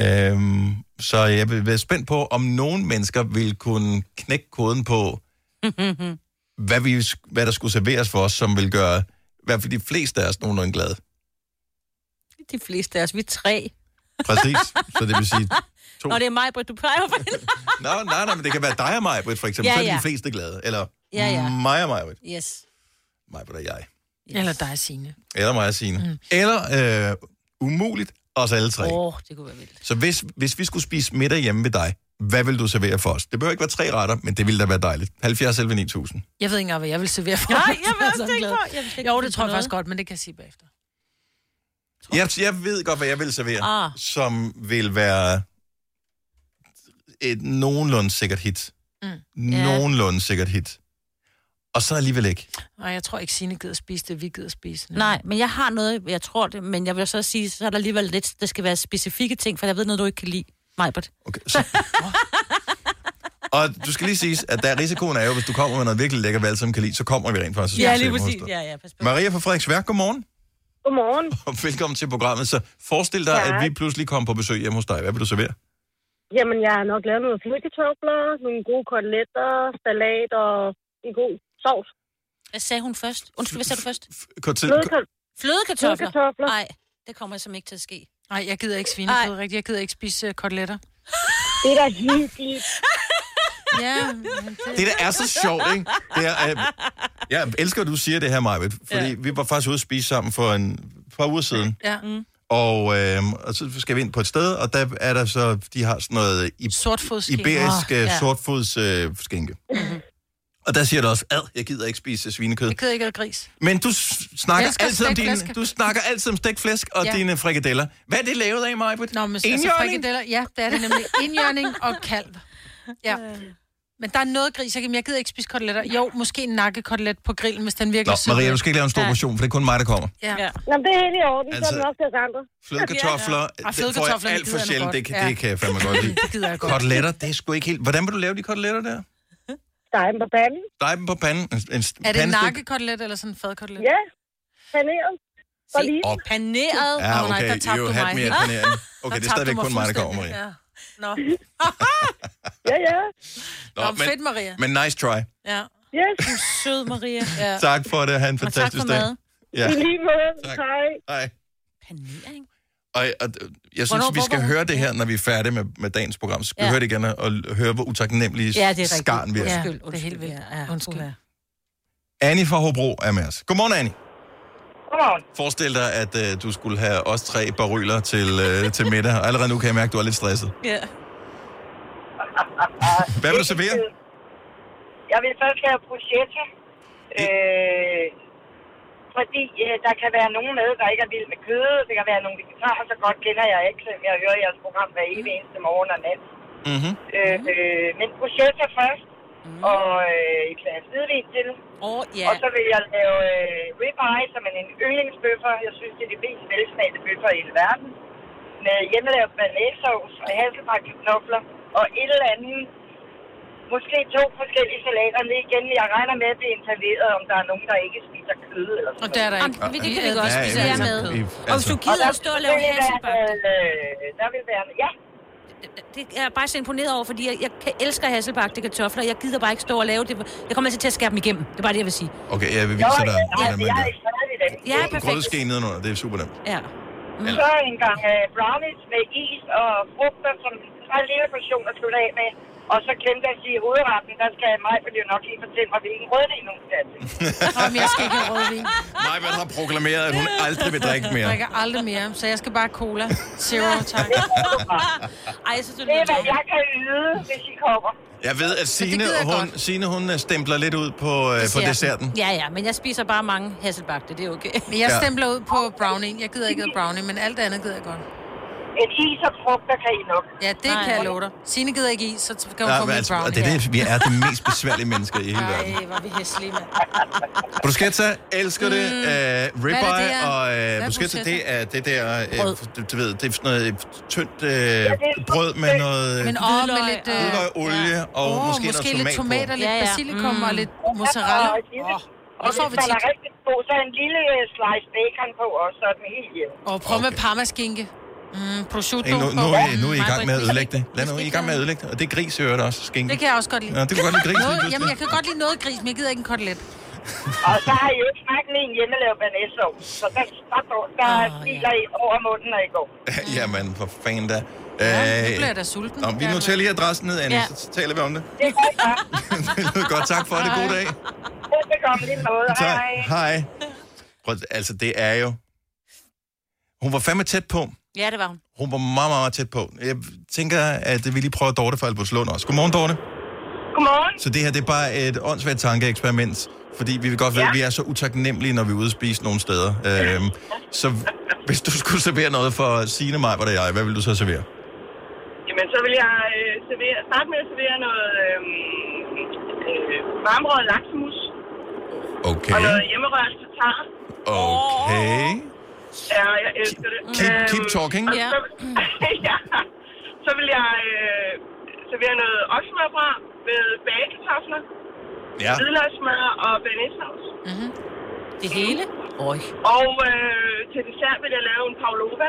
[SPEAKER 1] Øhm, så jeg vil være spændt på, om nogen mennesker vil kunne knække koden på, hvad, vi, hvad der skulle serveres for os, som vil gøre i hvert fald de fleste af os nogenlunde glade.
[SPEAKER 2] De fleste af os, vi er tre.
[SPEAKER 1] Præcis. Så det vil sige... To.
[SPEAKER 2] Nå, det er mig, Britt, du peger på hende.
[SPEAKER 1] Nå, nej, nej, men det kan være dig og mig, Britt, for eksempel. Ja,
[SPEAKER 2] Ja,
[SPEAKER 1] ja. Så er
[SPEAKER 2] ja.
[SPEAKER 1] de fleste glade. Eller
[SPEAKER 2] Ja, ja.
[SPEAKER 1] mig og mig, Britt.
[SPEAKER 2] Yes.
[SPEAKER 1] Mig, Britt og jeg.
[SPEAKER 3] Yes. Eller dig, Signe.
[SPEAKER 1] Eller mig og Signe. Mm. Eller øh, umuligt, os alle tre.
[SPEAKER 2] Åh, oh, det kunne være vildt.
[SPEAKER 1] Så hvis, hvis vi skulle spise middag hjemme ved dig, hvad vil du servere for os? Det behøver ikke være tre retter, men det ville da være dejligt. 70 11 9000.
[SPEAKER 3] Jeg ved ikke engang, hvad jeg vil servere for.
[SPEAKER 2] Nej, jeg
[SPEAKER 3] Jeg
[SPEAKER 2] ved
[SPEAKER 3] er
[SPEAKER 2] også
[SPEAKER 3] så
[SPEAKER 2] det ikke,
[SPEAKER 3] glad.
[SPEAKER 2] hvor- jeg vil ikke
[SPEAKER 3] Jo,
[SPEAKER 2] finde
[SPEAKER 3] det
[SPEAKER 2] på
[SPEAKER 3] tror jeg
[SPEAKER 2] noget.
[SPEAKER 3] faktisk godt, men det kan jeg sige bagefter.
[SPEAKER 1] Jeg, jeg ved godt, hvad jeg vil servere,
[SPEAKER 3] Ah.
[SPEAKER 1] ah. som vil være et nogenlunde sikkert hit.
[SPEAKER 3] Mm.
[SPEAKER 1] Nogenlunde sikkert hit. Og så alligevel ikke.
[SPEAKER 3] Nej, jeg tror ikke, Signe gider spise det, vi gider spise. det.
[SPEAKER 2] Nej, men jeg har noget, jeg tror det, men jeg vil så sige, så er der alligevel lidt, der skal være specifikke ting, for jeg ved noget, du ikke kan lide. Majbert.
[SPEAKER 1] Okay, så... Og du skal lige sige, at der risikoen er jo, hvis du kommer med noget virkelig lækker valg, som kan lide, så kommer vi rent faktisk. og
[SPEAKER 2] Ja,
[SPEAKER 1] spiser
[SPEAKER 2] lige
[SPEAKER 1] hjemme hos
[SPEAKER 2] præcis.
[SPEAKER 1] dig.
[SPEAKER 2] Ja, ja, pas på.
[SPEAKER 1] Maria fra Frederiksværk, godmorgen.
[SPEAKER 16] Godmorgen.
[SPEAKER 1] Og velkommen til programmet. Så forestil dig,
[SPEAKER 16] Tak.
[SPEAKER 1] at vi pludselig kommer på besøg hjemme hos dig. Hvad vil du servere?
[SPEAKER 16] Jamen, jeg har nok lavet nogle flødekartofler, nogle gode koteletter, salat og en god sovs.
[SPEAKER 2] Hvad sagde hun først? Undskyld, hvad sagde du først?
[SPEAKER 1] Kortil...
[SPEAKER 16] Flødekart-
[SPEAKER 2] Flødekartofler?
[SPEAKER 16] Flødekartofler.
[SPEAKER 2] Nej, det kommer som ikke til at ske.
[SPEAKER 3] Nej, jeg gider ikke svinekød rigtigt. Jeg gider ikke spise uh, koteletter.
[SPEAKER 16] Det er da hyggeligt.
[SPEAKER 3] ja.
[SPEAKER 1] Det der er så sjovt, ikke? Det er, øh, jeg elsker, at du siger det her, Majbet, fordi ja. vi var faktisk ude at spise sammen for en par uger siden,
[SPEAKER 3] Ja. Mm.
[SPEAKER 1] og, øh, og så skal vi ind på et sted, og der er der så, de har sådan noget i,
[SPEAKER 3] Sortfodsskænke.
[SPEAKER 1] iberisk oh,
[SPEAKER 3] Åh, ja. Mhm.
[SPEAKER 1] ja. sortfods øh, skænke. Og der siger du også, at jeg gider ikke spise svinekød.
[SPEAKER 3] Jeg gider ikke have gris.
[SPEAKER 1] Men du s- snakker,
[SPEAKER 3] elsker
[SPEAKER 1] altid om
[SPEAKER 3] stegt
[SPEAKER 1] dine,
[SPEAKER 3] flæsk.
[SPEAKER 1] du snakker altid om stegt flæsk og
[SPEAKER 3] Ja.
[SPEAKER 1] ja. dine frikadeller. Hvad er det lavet af, Majbet?
[SPEAKER 3] Nå, men altså, frikadeller, ja, det er det nemlig. Indjørning og kalv. Ja. Men der er noget gris, jeg, kan- men jeg gider ikke spise koteletter. Jo, måske en nakkekotelet på grillen, hvis den virkelig
[SPEAKER 1] Nå,
[SPEAKER 3] er sød.
[SPEAKER 1] Maria, du skal ikke lave en stor
[SPEAKER 3] Ja.
[SPEAKER 1] portion, for det er kun mig, der kommer.
[SPEAKER 3] Ja. ja.
[SPEAKER 16] Nå, men det er helt i orden, altså, så
[SPEAKER 1] Altså,
[SPEAKER 16] er det nok til os andre.
[SPEAKER 1] Flødekartofler,
[SPEAKER 3] Ja,
[SPEAKER 1] ja.
[SPEAKER 3] ja. Og
[SPEAKER 1] det får jeg
[SPEAKER 3] flødekartoflerne
[SPEAKER 1] alt for
[SPEAKER 3] gider jeg
[SPEAKER 1] sjældent.
[SPEAKER 3] godt.
[SPEAKER 1] Det, kan,
[SPEAKER 3] Ja.
[SPEAKER 1] det kan jeg fandme godt lide.
[SPEAKER 3] Det gider jeg godt.
[SPEAKER 1] Koteletter, det er sgu ikke helt... Hvordan vil du lave de koteletter der?
[SPEAKER 16] Steg dem på panden.
[SPEAKER 1] Dig dem på panden. En, en
[SPEAKER 3] Er det en
[SPEAKER 1] pandestik?
[SPEAKER 3] nakkekotelet eller sådan en fadkotelet?
[SPEAKER 16] Ja, paneret.
[SPEAKER 3] Se,
[SPEAKER 1] Op.
[SPEAKER 3] paneret.
[SPEAKER 1] Ja,
[SPEAKER 3] Åh, nej,
[SPEAKER 1] okay,
[SPEAKER 3] der tabte
[SPEAKER 1] you
[SPEAKER 3] du
[SPEAKER 1] had
[SPEAKER 3] mig. Ah!
[SPEAKER 1] me at panering. Okay,
[SPEAKER 3] Der
[SPEAKER 1] det er
[SPEAKER 3] tabte
[SPEAKER 1] stadigvæk
[SPEAKER 3] du mig
[SPEAKER 1] kun mig, der kommer,
[SPEAKER 3] fuldstændig.
[SPEAKER 1] Maria.
[SPEAKER 3] Ja. Nå.
[SPEAKER 16] ja, ja.
[SPEAKER 1] Nå,
[SPEAKER 3] Nå, fedt, Maria.
[SPEAKER 1] Men nice try.
[SPEAKER 3] Ja.
[SPEAKER 16] Yes.
[SPEAKER 3] Du er sød, Maria. Ja.
[SPEAKER 1] Tak for det. Ha' en
[SPEAKER 3] Og tak for
[SPEAKER 1] fantastisk dag.
[SPEAKER 3] mad.
[SPEAKER 1] Ja.
[SPEAKER 17] I lige måde.
[SPEAKER 1] Tak.
[SPEAKER 17] Hej.
[SPEAKER 1] Hej. Og, og øh, jeg synes,
[SPEAKER 17] Hvornår-
[SPEAKER 1] vi skal
[SPEAKER 17] hvornår-
[SPEAKER 1] høre det her, når vi er færdige med, med dagens program. Så skal
[SPEAKER 17] Ja.
[SPEAKER 1] vi høre det igen og, og høre, hvor utaknemmelige
[SPEAKER 3] Ja, det er rigtigt.
[SPEAKER 1] skarn vi er.
[SPEAKER 3] Ja, det er helt vildt. Ja, undskyld.
[SPEAKER 1] Annie fra Hobro er med os. Godmorgen, Annie.
[SPEAKER 18] Godmorgen.
[SPEAKER 1] Forestil dig, at øh, du skulle have os tre baryler til, øh, til middag. Og allerede nu kan jeg mærke, at du er lidt stresset.
[SPEAKER 18] Ja.
[SPEAKER 1] Hvad vil du servere?
[SPEAKER 18] Jeg vil først lave bruschetta. Øh, fordi øh, der kan være nogen med, der ikke er vild med kød. Det kan være nogle vegetarer, så godt kender jeg ikke, selvom jeg hører jeres program hver evig eneste morgen og nat.
[SPEAKER 1] Mm-hmm.
[SPEAKER 18] Øh, øh, men bruschetta først, mm. og øh, et glas hvidvin til.
[SPEAKER 2] Oh, ja.
[SPEAKER 18] Og så vil jeg lave øh, ribeye, som er en yndlingsbøffer. Jeg synes, det er de mest velsmagte bøffer i hele verden. Med hjemmelavet banæssovs og hasselbakknofler og et eller andet. Måske to forskellige salater ned igen. Jeg regner med, at det er installeret, om der er nogen, der ikke spiser kød. Eller sådan
[SPEAKER 3] Og der er der
[SPEAKER 18] noget.
[SPEAKER 3] ikke. Jamen, det kan vi godt Ja, spise ja,
[SPEAKER 18] her
[SPEAKER 3] her med. i- Og
[SPEAKER 1] altså-
[SPEAKER 3] hvis du
[SPEAKER 2] gider
[SPEAKER 18] der
[SPEAKER 2] at stå og lave
[SPEAKER 18] vil selvfølgelig være, øh, Der vil være... Ja,
[SPEAKER 2] Det er jeg bare så imponeret over, fordi jeg, jeg kan- elsker hasselbagte kartofler. Jeg gider bare ikke stå og lave det. Jeg kommer altid til at skære dem igennem. Det er bare det, jeg vil sige.
[SPEAKER 1] Okay, jeg vil vise dig, hvordan man gør.
[SPEAKER 2] Ja, perfekt.
[SPEAKER 1] Grødske nedenunder, det er super nemt.
[SPEAKER 2] Ja.
[SPEAKER 1] Mm.
[SPEAKER 18] Så en gang øh, brownies med is og frugter, som der er en lille portion at slutte af med. Og så glemte jeg at sige hovedretten, der skal mig, fordi jo nok lige fortælle mig, hvilken rødvin hun skal til.
[SPEAKER 3] Om jeg skal ikke have rødvin.
[SPEAKER 1] Nej, man har proklameret, at hun aldrig vil drikke
[SPEAKER 3] Jeg
[SPEAKER 1] mere.
[SPEAKER 3] drikker aldrig mere, så jeg skal bare have cola. Zero, tak.
[SPEAKER 2] Ej, så
[SPEAKER 18] Det er, hvad jeg kan yde, hvis I kommer.
[SPEAKER 1] Jeg ved, at Signe,
[SPEAKER 2] gider jeg
[SPEAKER 1] hun, Signe, hun øh, stempler lidt ud på, øh, på desserten.
[SPEAKER 2] Ja, ja, men jeg spiser bare mange hasselbagte. Det er okay.
[SPEAKER 3] Men jeg
[SPEAKER 1] Ja.
[SPEAKER 3] stempler ud på brownie. Jeg gider ikke have brownie, men alt det andet gider jeg godt.
[SPEAKER 18] En is og frugter kan I nok.
[SPEAKER 3] Ja, det
[SPEAKER 18] Nej.
[SPEAKER 3] kan jeg love dig. Signe gider ikke is, så t- kan hun
[SPEAKER 1] Nej,
[SPEAKER 3] få
[SPEAKER 1] men
[SPEAKER 3] min
[SPEAKER 1] altså,
[SPEAKER 3] brownie
[SPEAKER 1] og det er det, vi er de mest besværlige mennesker i hele verden.
[SPEAKER 3] Ej, hvor er vi hæslige, mand.
[SPEAKER 1] Bruschetta, elsker det.
[SPEAKER 3] Mm.
[SPEAKER 1] Mm.
[SPEAKER 3] Hvad
[SPEAKER 1] Uh,
[SPEAKER 3] er det
[SPEAKER 1] ribeye
[SPEAKER 3] der?
[SPEAKER 1] og
[SPEAKER 3] Hvad er
[SPEAKER 1] uh, bruschetta,
[SPEAKER 3] bruschetta?
[SPEAKER 1] det er det der,
[SPEAKER 3] Brød.
[SPEAKER 1] uh, du, du ved, det er sådan noget øh, tyndt uh,
[SPEAKER 3] er
[SPEAKER 1] brød med noget
[SPEAKER 3] Men åh, med lidt... øh,
[SPEAKER 1] hvidløg, olie ja. og
[SPEAKER 3] Åh,
[SPEAKER 1] måske,
[SPEAKER 3] måske
[SPEAKER 1] noget
[SPEAKER 3] lidt
[SPEAKER 1] tomat.
[SPEAKER 3] tomater, lidt basilikum og lidt mozzarella. Åh,
[SPEAKER 18] Og
[SPEAKER 3] og så
[SPEAKER 18] så
[SPEAKER 3] får vi
[SPEAKER 18] hvis den er
[SPEAKER 3] tit.
[SPEAKER 18] rigtig god, så en lille øh, slice bacon på, og så er den helt hjem.
[SPEAKER 3] Og prøv med parmaskinke. Mm, prosciutto.
[SPEAKER 1] Hey, nu, nu,
[SPEAKER 3] på.
[SPEAKER 1] er, I- nu er I i gang med at
[SPEAKER 3] Mm,
[SPEAKER 1] ødelægge det. Lad nu I er i gang med at ødelægge det. Og det er gris, i øvrigt også. Skinke.
[SPEAKER 3] Det kan jeg også godt lide.
[SPEAKER 1] Ja, det kan godt lide gris.
[SPEAKER 3] Noget,
[SPEAKER 1] lige
[SPEAKER 3] jamen,
[SPEAKER 1] pludselig.
[SPEAKER 3] jeg kan godt lide noget gris, men jeg gider ikke en kotelet.
[SPEAKER 18] Og så har I jo ikke smagt min hjemmelavet banæssov, så der, der, der, der
[SPEAKER 3] Ah,
[SPEAKER 18] smiler I over munden, når I går.
[SPEAKER 1] Jamen, for fanden da.
[SPEAKER 18] Ja,
[SPEAKER 1] Øh,
[SPEAKER 18] nu bliver jeg da sulten.
[SPEAKER 1] Nå, vi
[SPEAKER 18] Ja,
[SPEAKER 1] noterer lige adressen ned, Anne,
[SPEAKER 18] Ja.
[SPEAKER 1] så så taler vi om det.
[SPEAKER 18] Det er godt, tak.
[SPEAKER 1] det lyder godt, tak for det. God dag.
[SPEAKER 18] Velbekomme lige måde.
[SPEAKER 1] Tak.
[SPEAKER 18] Hej.
[SPEAKER 1] Hej. Prøv, altså, det er jo... Hun var fandme tæt på.
[SPEAKER 2] Ja, det var hun.
[SPEAKER 1] Hun var meget, meget tæt på. Jeg tænker, at vi lige prøver Dorte fra Albertslund også. Godmorgen, Dorte.
[SPEAKER 18] Godmorgen.
[SPEAKER 1] Så det her, det er bare et åndssvagt tankeeksperiment, fordi vi vil godt ved,
[SPEAKER 8] Ja.
[SPEAKER 1] at vi er så utaknemmelige, når vi er ude at spise nogle steder. Øhm, så hvis du skulle servere noget for Signe, mig, hvad jeg, hvad vil du så servere?
[SPEAKER 8] Jamen, så vil jeg øh, servere, starte med at servere noget øh, øh, varmrød laksemus
[SPEAKER 1] Okay.
[SPEAKER 8] og noget hjemmerørt tatar.
[SPEAKER 1] Okay.
[SPEAKER 8] Ja, jeg elsker det. Øhm,
[SPEAKER 1] Keep- keep talking.
[SPEAKER 8] og Så, ja. Så vil jeg øh, servere noget oksemørbrad med bagekartofler,
[SPEAKER 1] Ja.
[SPEAKER 8] hvidløgsmør og bearnaisesauce.
[SPEAKER 2] Mhm.
[SPEAKER 3] Mm-hmm. Det hele?
[SPEAKER 2] Oj.
[SPEAKER 8] Og øh, til dessert vil jeg lave en pavlova.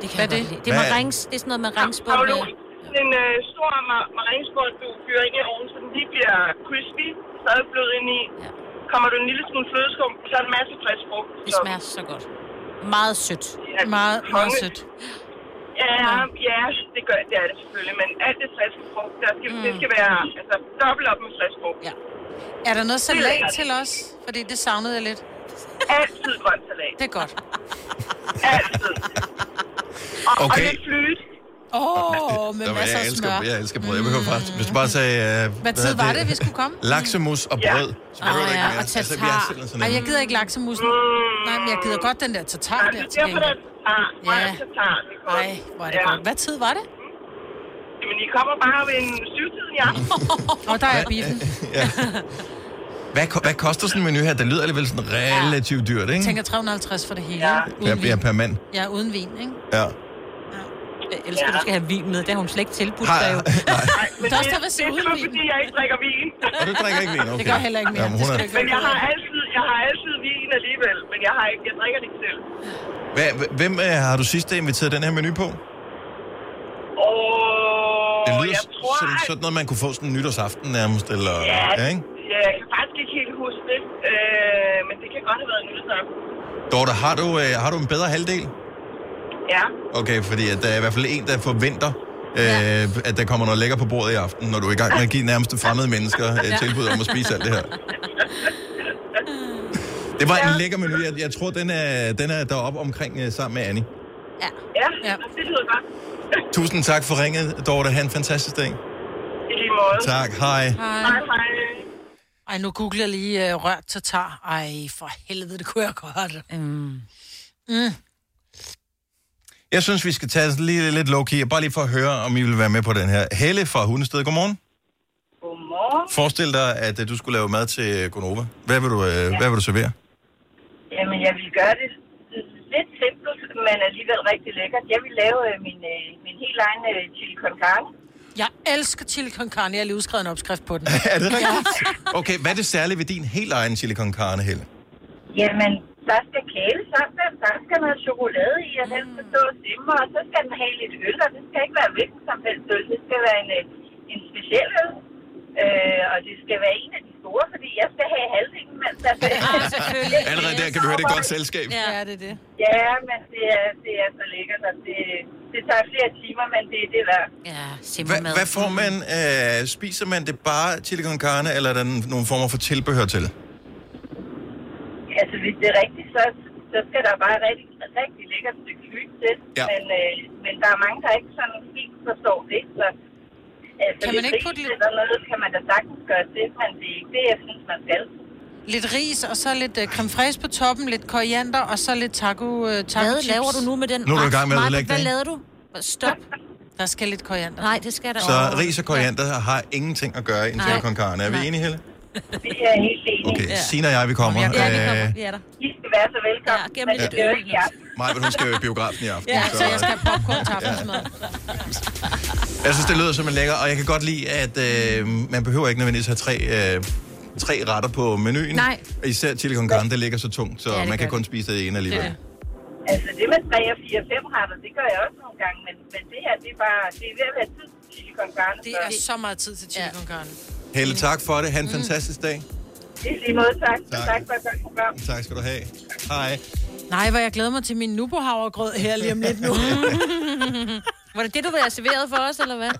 [SPEAKER 2] Det kan
[SPEAKER 8] Hvad er
[SPEAKER 2] jeg godt
[SPEAKER 8] det?
[SPEAKER 2] lide. Det er
[SPEAKER 8] Hvad-
[SPEAKER 2] marings. Det er sådan noget maringsbund med.
[SPEAKER 8] Paolo, sådan en øh, stor ma- marinskål, du fyrer ind i ovnen, så den lige bliver crispy, stadig blød ind i. Kommer du en lille smule flødeskum, så er der en masse frisk frugt.
[SPEAKER 2] Det smager så godt. Meget sødt.
[SPEAKER 8] Ja,
[SPEAKER 3] Meget, meget
[SPEAKER 8] konge.
[SPEAKER 3] sødt.
[SPEAKER 8] Ja, ja, det gør det er det selvfølgelig, men alt det friske frugt, der skal, mm. det skal være altså, dobbelt op med frisk frugt.
[SPEAKER 3] Ja. Er der noget
[SPEAKER 8] Det er
[SPEAKER 3] salat
[SPEAKER 8] lækkert.
[SPEAKER 3] til os? Fordi det savnede jeg lidt.
[SPEAKER 8] Altid grønt salat.
[SPEAKER 3] Det er godt.
[SPEAKER 8] Og, og
[SPEAKER 1] Okay.
[SPEAKER 8] lidt flyt.
[SPEAKER 3] Åh, oh, med
[SPEAKER 1] Der var-
[SPEAKER 3] masser
[SPEAKER 1] jeg,
[SPEAKER 3] af
[SPEAKER 1] elsker,
[SPEAKER 3] smør. Mm.
[SPEAKER 1] jeg elsker brød. Jeg behøver faktisk, hvis du bare sagde... Øh,
[SPEAKER 3] Hvad tid
[SPEAKER 1] hedder
[SPEAKER 3] var det, vi skulle komme?
[SPEAKER 1] Laksemus og brød. Så behøver du
[SPEAKER 3] Ej,
[SPEAKER 1] ikke mere. Altså,
[SPEAKER 3] og
[SPEAKER 1] vi er
[SPEAKER 3] tatar.
[SPEAKER 1] simpelthen så
[SPEAKER 3] Ej,
[SPEAKER 1] nemme.
[SPEAKER 3] jeg gider ikke laksemusen. Nej, men jeg gider godt den der tatar
[SPEAKER 8] Mm. det
[SPEAKER 3] der.
[SPEAKER 8] er
[SPEAKER 3] til
[SPEAKER 8] derfor, ah, der
[SPEAKER 3] gengæld.
[SPEAKER 8] er tatar. Hvor er tatar? Det er godt.
[SPEAKER 3] Ej, hvor er det godt. Hvad tid var det?
[SPEAKER 8] Jamen, I kommer bare ved en syvtiden i aften.
[SPEAKER 3] Og der er biffen.
[SPEAKER 1] Hvad, ko- hvad koster sådan en menu her? Det lyder alligevel sådan relativt dyrt,
[SPEAKER 3] Jeg
[SPEAKER 1] ikke?
[SPEAKER 3] tænker 350 for det hele.
[SPEAKER 1] Ja,
[SPEAKER 3] Uden
[SPEAKER 1] ja,
[SPEAKER 3] vin.
[SPEAKER 1] per mand.
[SPEAKER 3] Ja, uden vin, ikke?
[SPEAKER 1] Ja.
[SPEAKER 2] Jeg elsker, at du skal have vin med. Det har hun slet ikke tilbudt
[SPEAKER 1] Har-
[SPEAKER 2] dig jo.
[SPEAKER 8] Men
[SPEAKER 3] Der er
[SPEAKER 8] det,
[SPEAKER 3] stadig
[SPEAKER 8] det er
[SPEAKER 3] uden
[SPEAKER 8] kun fordi, jeg ikke drikker vin.
[SPEAKER 1] Og du drikker ikke vin, okay.
[SPEAKER 8] Det gør jeg heller ikke mere.
[SPEAKER 1] Jamen, hun er,
[SPEAKER 8] Men jeg har altid, jeg har altid vin alligevel, men jeg, har ikke, jeg drikker det ikke selv.
[SPEAKER 1] hvad, hvem øh, har du sidst inviteret den her menu på?
[SPEAKER 8] Og
[SPEAKER 1] Det lyder
[SPEAKER 8] jeg tror,
[SPEAKER 1] som
[SPEAKER 8] at,
[SPEAKER 1] sådan noget, man kunne få sådan en nytårsaften nærmest, eller...
[SPEAKER 8] Ja.
[SPEAKER 1] ikke?
[SPEAKER 8] ja, jeg kan faktisk ikke helt huske det, øh, men det kan godt have været en nyhedsaften.
[SPEAKER 1] Dorte, har du, øh, har du en bedre halvdel?
[SPEAKER 19] Ja.
[SPEAKER 1] Okay, fordi at der er i hvert fald en, der forventer, øh, at der kommer noget lækker på bordet i aften, når du er i gang med at give nærmest fremmede mennesker øh, tilbud om at spise alt det her. Det var en lækker menu. Jeg, jeg tror, den er, den er deroppe omkring øh, sammen med Annie.
[SPEAKER 2] Ja.
[SPEAKER 19] Ja, ja. det lyder godt.
[SPEAKER 1] Tusind tak for ringet, Dorte. Ha' en fantastisk dag.
[SPEAKER 19] I lige måde.
[SPEAKER 1] Tak. Hej.
[SPEAKER 19] Hej, hej.
[SPEAKER 3] Ej, nu googler jeg lige uh, rørt tatar. Ej, for helvede, det kunne jeg godt. Mm. Mm.
[SPEAKER 1] Jeg synes, vi skal tage os lige lidt low-key, og bare lige for at høre, om I vil være med på den her. Helle fra Hundested, godmorgen.
[SPEAKER 4] Godmorgen.
[SPEAKER 1] Forestil dig, at øh, du skulle lave mad til Gonova. Hvad vil du, øh, hvad vil du servere?
[SPEAKER 4] Jamen, jeg vil gøre det lidt simpelt, men alligevel rigtig lækkert. Jeg vil lave øh, min, øh, min helt egen øh, chili con carne.
[SPEAKER 3] Jeg elsker chili con carne. Jeg har lige udskrevet en opskrift på den.
[SPEAKER 1] er det rigtigt? Okay, hvad er det særlige ved din helt egen chili con carne, Helle?
[SPEAKER 4] Jamen, der skal kæle sammen, der skal noget chokolade i, og den skal stå og simre, og så skal den have lidt øl, og det skal ikke være hvilken som helst øl. Det skal være en, øh, en speciel øl. Øh, og det skal være en af de store, fordi jeg skal have halvdelen, mens der
[SPEAKER 1] Allerede der kan vi høre, det er et godt selskab.
[SPEAKER 3] Ja, det er det.
[SPEAKER 4] Ja, men det er, det er så lækkert, og det, det tager flere timer, men det, det er værd.
[SPEAKER 2] Ja,
[SPEAKER 1] Hva, hvad får man? Øh, spiser man det bare chili con carne, eller er der n- nogle former for tilbehør til?
[SPEAKER 4] Altså, hvis det er rigtigt, så, så skal der bare et rigtig, rigtig lækkert stykke flyt til.
[SPEAKER 1] Ja.
[SPEAKER 4] Men, øh, men der er mange, der ikke sådan helt forstår det, så... Altså,
[SPEAKER 3] Kan man
[SPEAKER 4] hvis
[SPEAKER 3] ikke putte
[SPEAKER 4] ris eller noget, kan man da sagtens gøre det, men det er ikke det, jeg synes, man skal.
[SPEAKER 3] Lidt ris, og så lidt uh, creme fraiche på toppen, lidt koriander, og så lidt taco, uh, taco
[SPEAKER 2] Hvad laver du nu med den?
[SPEAKER 1] Nu er du i gang med at
[SPEAKER 2] Maja,
[SPEAKER 1] ødelægge
[SPEAKER 2] Hvad
[SPEAKER 1] det, ikke?
[SPEAKER 2] lavede du? Stop.
[SPEAKER 3] Der skal lidt koriander.
[SPEAKER 2] Nej, det skal der
[SPEAKER 1] Så ris og koriander har ingenting at gøre i en
[SPEAKER 2] Nej.
[SPEAKER 1] chili con carne. Er vi
[SPEAKER 2] Nej.
[SPEAKER 1] enige, Helle?
[SPEAKER 4] Det er jeg helt enig.
[SPEAKER 1] Okay, Signe og jeg, vi kommer.
[SPEAKER 2] Ja, vi
[SPEAKER 1] Øh,
[SPEAKER 2] kommer. Vi er der.
[SPEAKER 4] I skal være så velkommen.
[SPEAKER 2] Ja, gennem lidt
[SPEAKER 1] Ja.
[SPEAKER 2] øl. Ja.
[SPEAKER 1] Maja, hun skal jo i biografen i aften.
[SPEAKER 2] Ja, så jeg skal
[SPEAKER 3] have popcorn til aftensmad.
[SPEAKER 1] Jeg synes, det lyder som en lækker, og jeg kan godt lide, at øh, man behøver ikke nødvendigvis have tre, øh, tre retter på menuen.
[SPEAKER 4] Nej.
[SPEAKER 1] Især chili con carne, det ligger så tungt, så
[SPEAKER 4] Ja,
[SPEAKER 1] ja,
[SPEAKER 4] det
[SPEAKER 1] man kan
[SPEAKER 4] gør
[SPEAKER 1] kun spise det ene alligevel.
[SPEAKER 4] Det Altså, det med 3 og 4 og 5 retter, det gør jeg også nogle gange, men, men det her, det er bare... Det er ved at være tid til chili con carne.
[SPEAKER 3] Det er så meget tid til chili con carne.
[SPEAKER 1] Helle, tak for det. Ha' en
[SPEAKER 3] Mm.
[SPEAKER 1] fantastisk dag.
[SPEAKER 4] I lige måde, tak.
[SPEAKER 1] Tak.
[SPEAKER 4] Tak, tak for et godt program.
[SPEAKER 1] Tak skal du have. Hej.
[SPEAKER 3] Nej, hvor jeg glæder mig til min nubohavregrød her lige om lidt nu.
[SPEAKER 2] Var det det, du ville have serveret for os, eller hvad?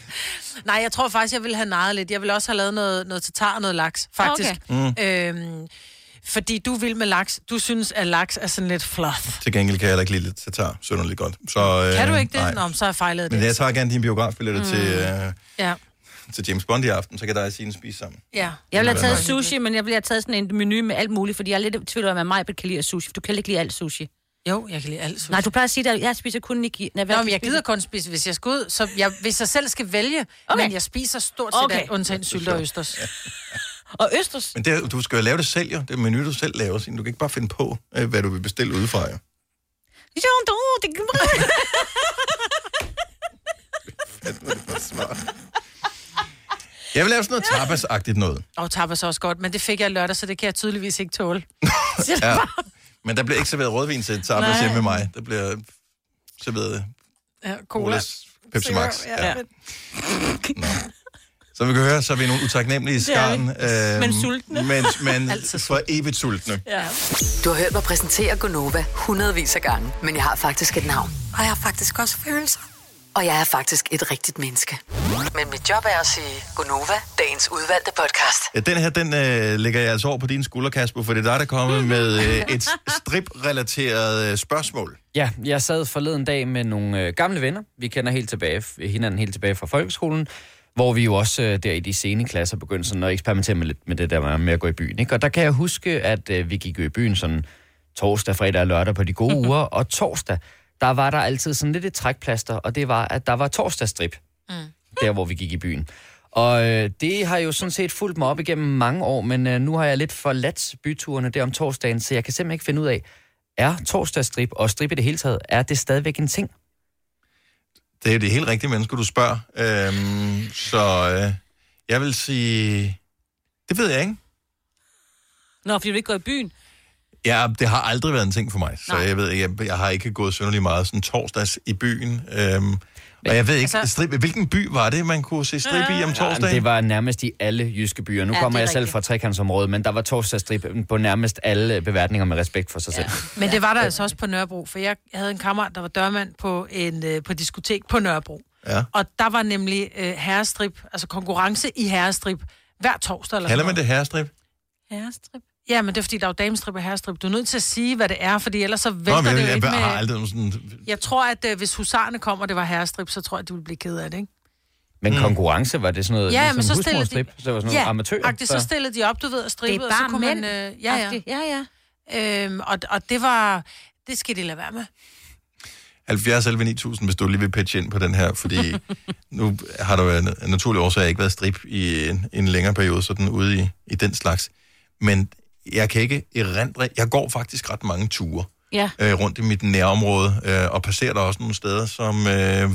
[SPEAKER 3] Nej, jeg tror faktisk, jeg ville have nejet lidt. Jeg ville også have lavet noget, noget tatar og noget laks, faktisk. Okay.
[SPEAKER 2] Mm.
[SPEAKER 3] Øhm, fordi du vil med laks. Du synes, at laks er sådan lidt fluff.
[SPEAKER 1] Til gengæld kan jeg heller ikke lide lidt tatar sønderligt godt. Så, øh,
[SPEAKER 3] Kan du ikke
[SPEAKER 1] nej.
[SPEAKER 3] det? Nå, men så har jeg fejlet det.
[SPEAKER 1] Men jeg tager gerne dine biografbilletter
[SPEAKER 3] Mm.
[SPEAKER 1] mm. til, øh,
[SPEAKER 3] Ja.
[SPEAKER 1] til James Bond i aften, så kan dig og Signe spise sammen.
[SPEAKER 3] Ja.
[SPEAKER 2] Jeg ville have taget
[SPEAKER 1] Nej.
[SPEAKER 2] sushi, men jeg ville have taget sådan en menu med alt muligt, fordi jeg er lidt i tvivl om, at mig kan lide sushi. for Du kan ikke lide alt sushi.
[SPEAKER 3] Jo, jeg kan lide alt sushi.
[SPEAKER 2] Nej, du plejer at sige, at jeg spiser kun niki. Nej,
[SPEAKER 3] Nå, men jeg gider kun spise, hvis jeg skal ud. Så jeg, hvis jeg selv skal vælge, okay. men jeg spiser stort set
[SPEAKER 2] Okay.
[SPEAKER 3] okay. alt, undtagen sylt og østers.
[SPEAKER 2] Og østers?
[SPEAKER 1] Men det, er- du skal jo lave det selv, jo. Det er menu, du selv laver, Signe. Du kan ikke bare finde på, øh, hvad du vil bestille udefra, jo.
[SPEAKER 2] Jo, du, det
[SPEAKER 1] Jeg vil lave sådan noget tapas-agtigt noget.
[SPEAKER 3] Og tapas er også godt, men det fik jeg lørdag, så det kan jeg tydeligvis ikke tåle.
[SPEAKER 1] Ja. Men der bliver ikke serveret rødvin til tapas
[SPEAKER 3] Nej.
[SPEAKER 1] hjemme med mig. Der bliver serveret
[SPEAKER 3] Ja, cola.
[SPEAKER 1] colas, Pepsi Max.
[SPEAKER 3] Ja.
[SPEAKER 1] Ja.
[SPEAKER 3] Ja.
[SPEAKER 1] Som vi kan høre, så er vi nogle utaknemmelige
[SPEAKER 6] Det er
[SPEAKER 1] skarn. øhm,
[SPEAKER 6] vi. Men sultne. Altså
[SPEAKER 1] Men, men for evigt sultne.
[SPEAKER 6] Ja.
[SPEAKER 4] Du har hørt mig præsentere Gonova hundredvis af gange, men jeg har faktisk et navn.
[SPEAKER 6] Og jeg har faktisk også følelser.
[SPEAKER 4] Og jeg er faktisk et rigtigt menneske. Men mit job er at sige Gonova, dagens udvalgte podcast.
[SPEAKER 1] Ja, den her, den øh, lægger jeg altså over på dine skuldre, Kasper, for det er dig, der kommer
[SPEAKER 6] Mm.
[SPEAKER 1] med øh, et strip-relateret øh, spørgsmål.
[SPEAKER 7] Ja, jeg sad forleden dag med nogle øh, gamle venner. Vi kender helt tilbage, hinanden helt tilbage fra folkeskolen, hvor vi jo også øh, der i de sene klasser begyndte sådan at eksperimentere med, lidt med det der med- med at gå i byen. Ikke? Og der kan jeg huske, at øh, vi gik jo i byen sådan torsdag, fredag og lørdag på de gode uger, og torsdag, der var der altid sådan lidt et trækplaster, og det var, at der var torsdagsstrip, mm. der hvor vi gik i byen. Og øh, det har jo sådan set fulgt mig op igennem mange år, men øh, nu har jeg lidt forladt byturene der om torsdagen, så jeg kan simpelthen ikke finde ud af, er torsdagsstrip og strip i det hele taget, er det stadigvæk en ting?
[SPEAKER 1] Det er jo det helt rigtige menneske, du spørger. Øhm, så øh, jeg vil sige... Det ved jeg ikke.
[SPEAKER 2] Nå, fordi du ikke går i byen.
[SPEAKER 1] Ja, det har aldrig været en ting for mig, så jeg ved, jeg, jeg har ikke gået synderligt meget sådan torsdags i byen. Øhm, Og jeg ved ikke,
[SPEAKER 3] Altså-
[SPEAKER 1] strip, hvilken by var det, man kunne se strip i om torsdagen?
[SPEAKER 7] det var nærmest i alle jyske byer.
[SPEAKER 1] Ja,
[SPEAKER 7] Nu ja,
[SPEAKER 1] det er
[SPEAKER 7] kommer jeg selv
[SPEAKER 1] rigtigt.
[SPEAKER 7] fra trekantsområdet, men der var torsdagsstrip på nærmest alle beværtninger med respekt for sig ja. selv.
[SPEAKER 3] Men det var der altså også på Nørrebro, for jeg havde en kammerat, der var dørmand på en øh, på et diskotek på Nørrebro.
[SPEAKER 1] Ja.
[SPEAKER 3] Og der var nemlig øh, herrestrip, altså konkurrence i herrestrip, hver torsdag. Eller
[SPEAKER 1] Kalder
[SPEAKER 3] sådan
[SPEAKER 1] man det herrestrip?
[SPEAKER 3] noget. Herrestrip? Ja, men det er fordi, der er jo damestrip og herrestrip. Du er nødt til at sige, hvad det er, fordi ellers så
[SPEAKER 1] Nå,
[SPEAKER 3] vælter
[SPEAKER 1] men jeg,
[SPEAKER 3] det jo
[SPEAKER 1] jeg,
[SPEAKER 3] ind
[SPEAKER 1] jeg har
[SPEAKER 3] med...
[SPEAKER 1] aldrig nogen sådan
[SPEAKER 3] Jeg tror, at øh, hvis husarerne kommer, og det var herrestrip, så tror jeg, at de ville blive ked af det, ikke?
[SPEAKER 1] Mm.
[SPEAKER 7] Men konkurrence, var det sådan noget
[SPEAKER 3] Ja, men så
[SPEAKER 7] ligesom
[SPEAKER 3] stillede de-
[SPEAKER 7] husmorstrip? Så det var sådan noget ja, amatører?
[SPEAKER 3] agtigt, så stillede de op, du ved, og stribede,
[SPEAKER 2] Det er
[SPEAKER 3] og så
[SPEAKER 2] bare
[SPEAKER 3] kunne
[SPEAKER 2] mænd.
[SPEAKER 3] man... Øh, ja, ja.
[SPEAKER 2] Agtigt, ja,
[SPEAKER 3] ja. Øhm, og, og det var... Det skal de lade være med.
[SPEAKER 1] 70 11 9000, hvis du lige vil pitche ind på den her, fordi nu har der jo af naturlige årsager ikke været strip i en, en længere periode, sådan ude i, i den slags. Men jeg kan ikke erindre, jeg går faktisk ret mange ture
[SPEAKER 2] Ja.
[SPEAKER 1] øh, rundt i mit nærområde, øh, og passerer der også nogle steder, som øh,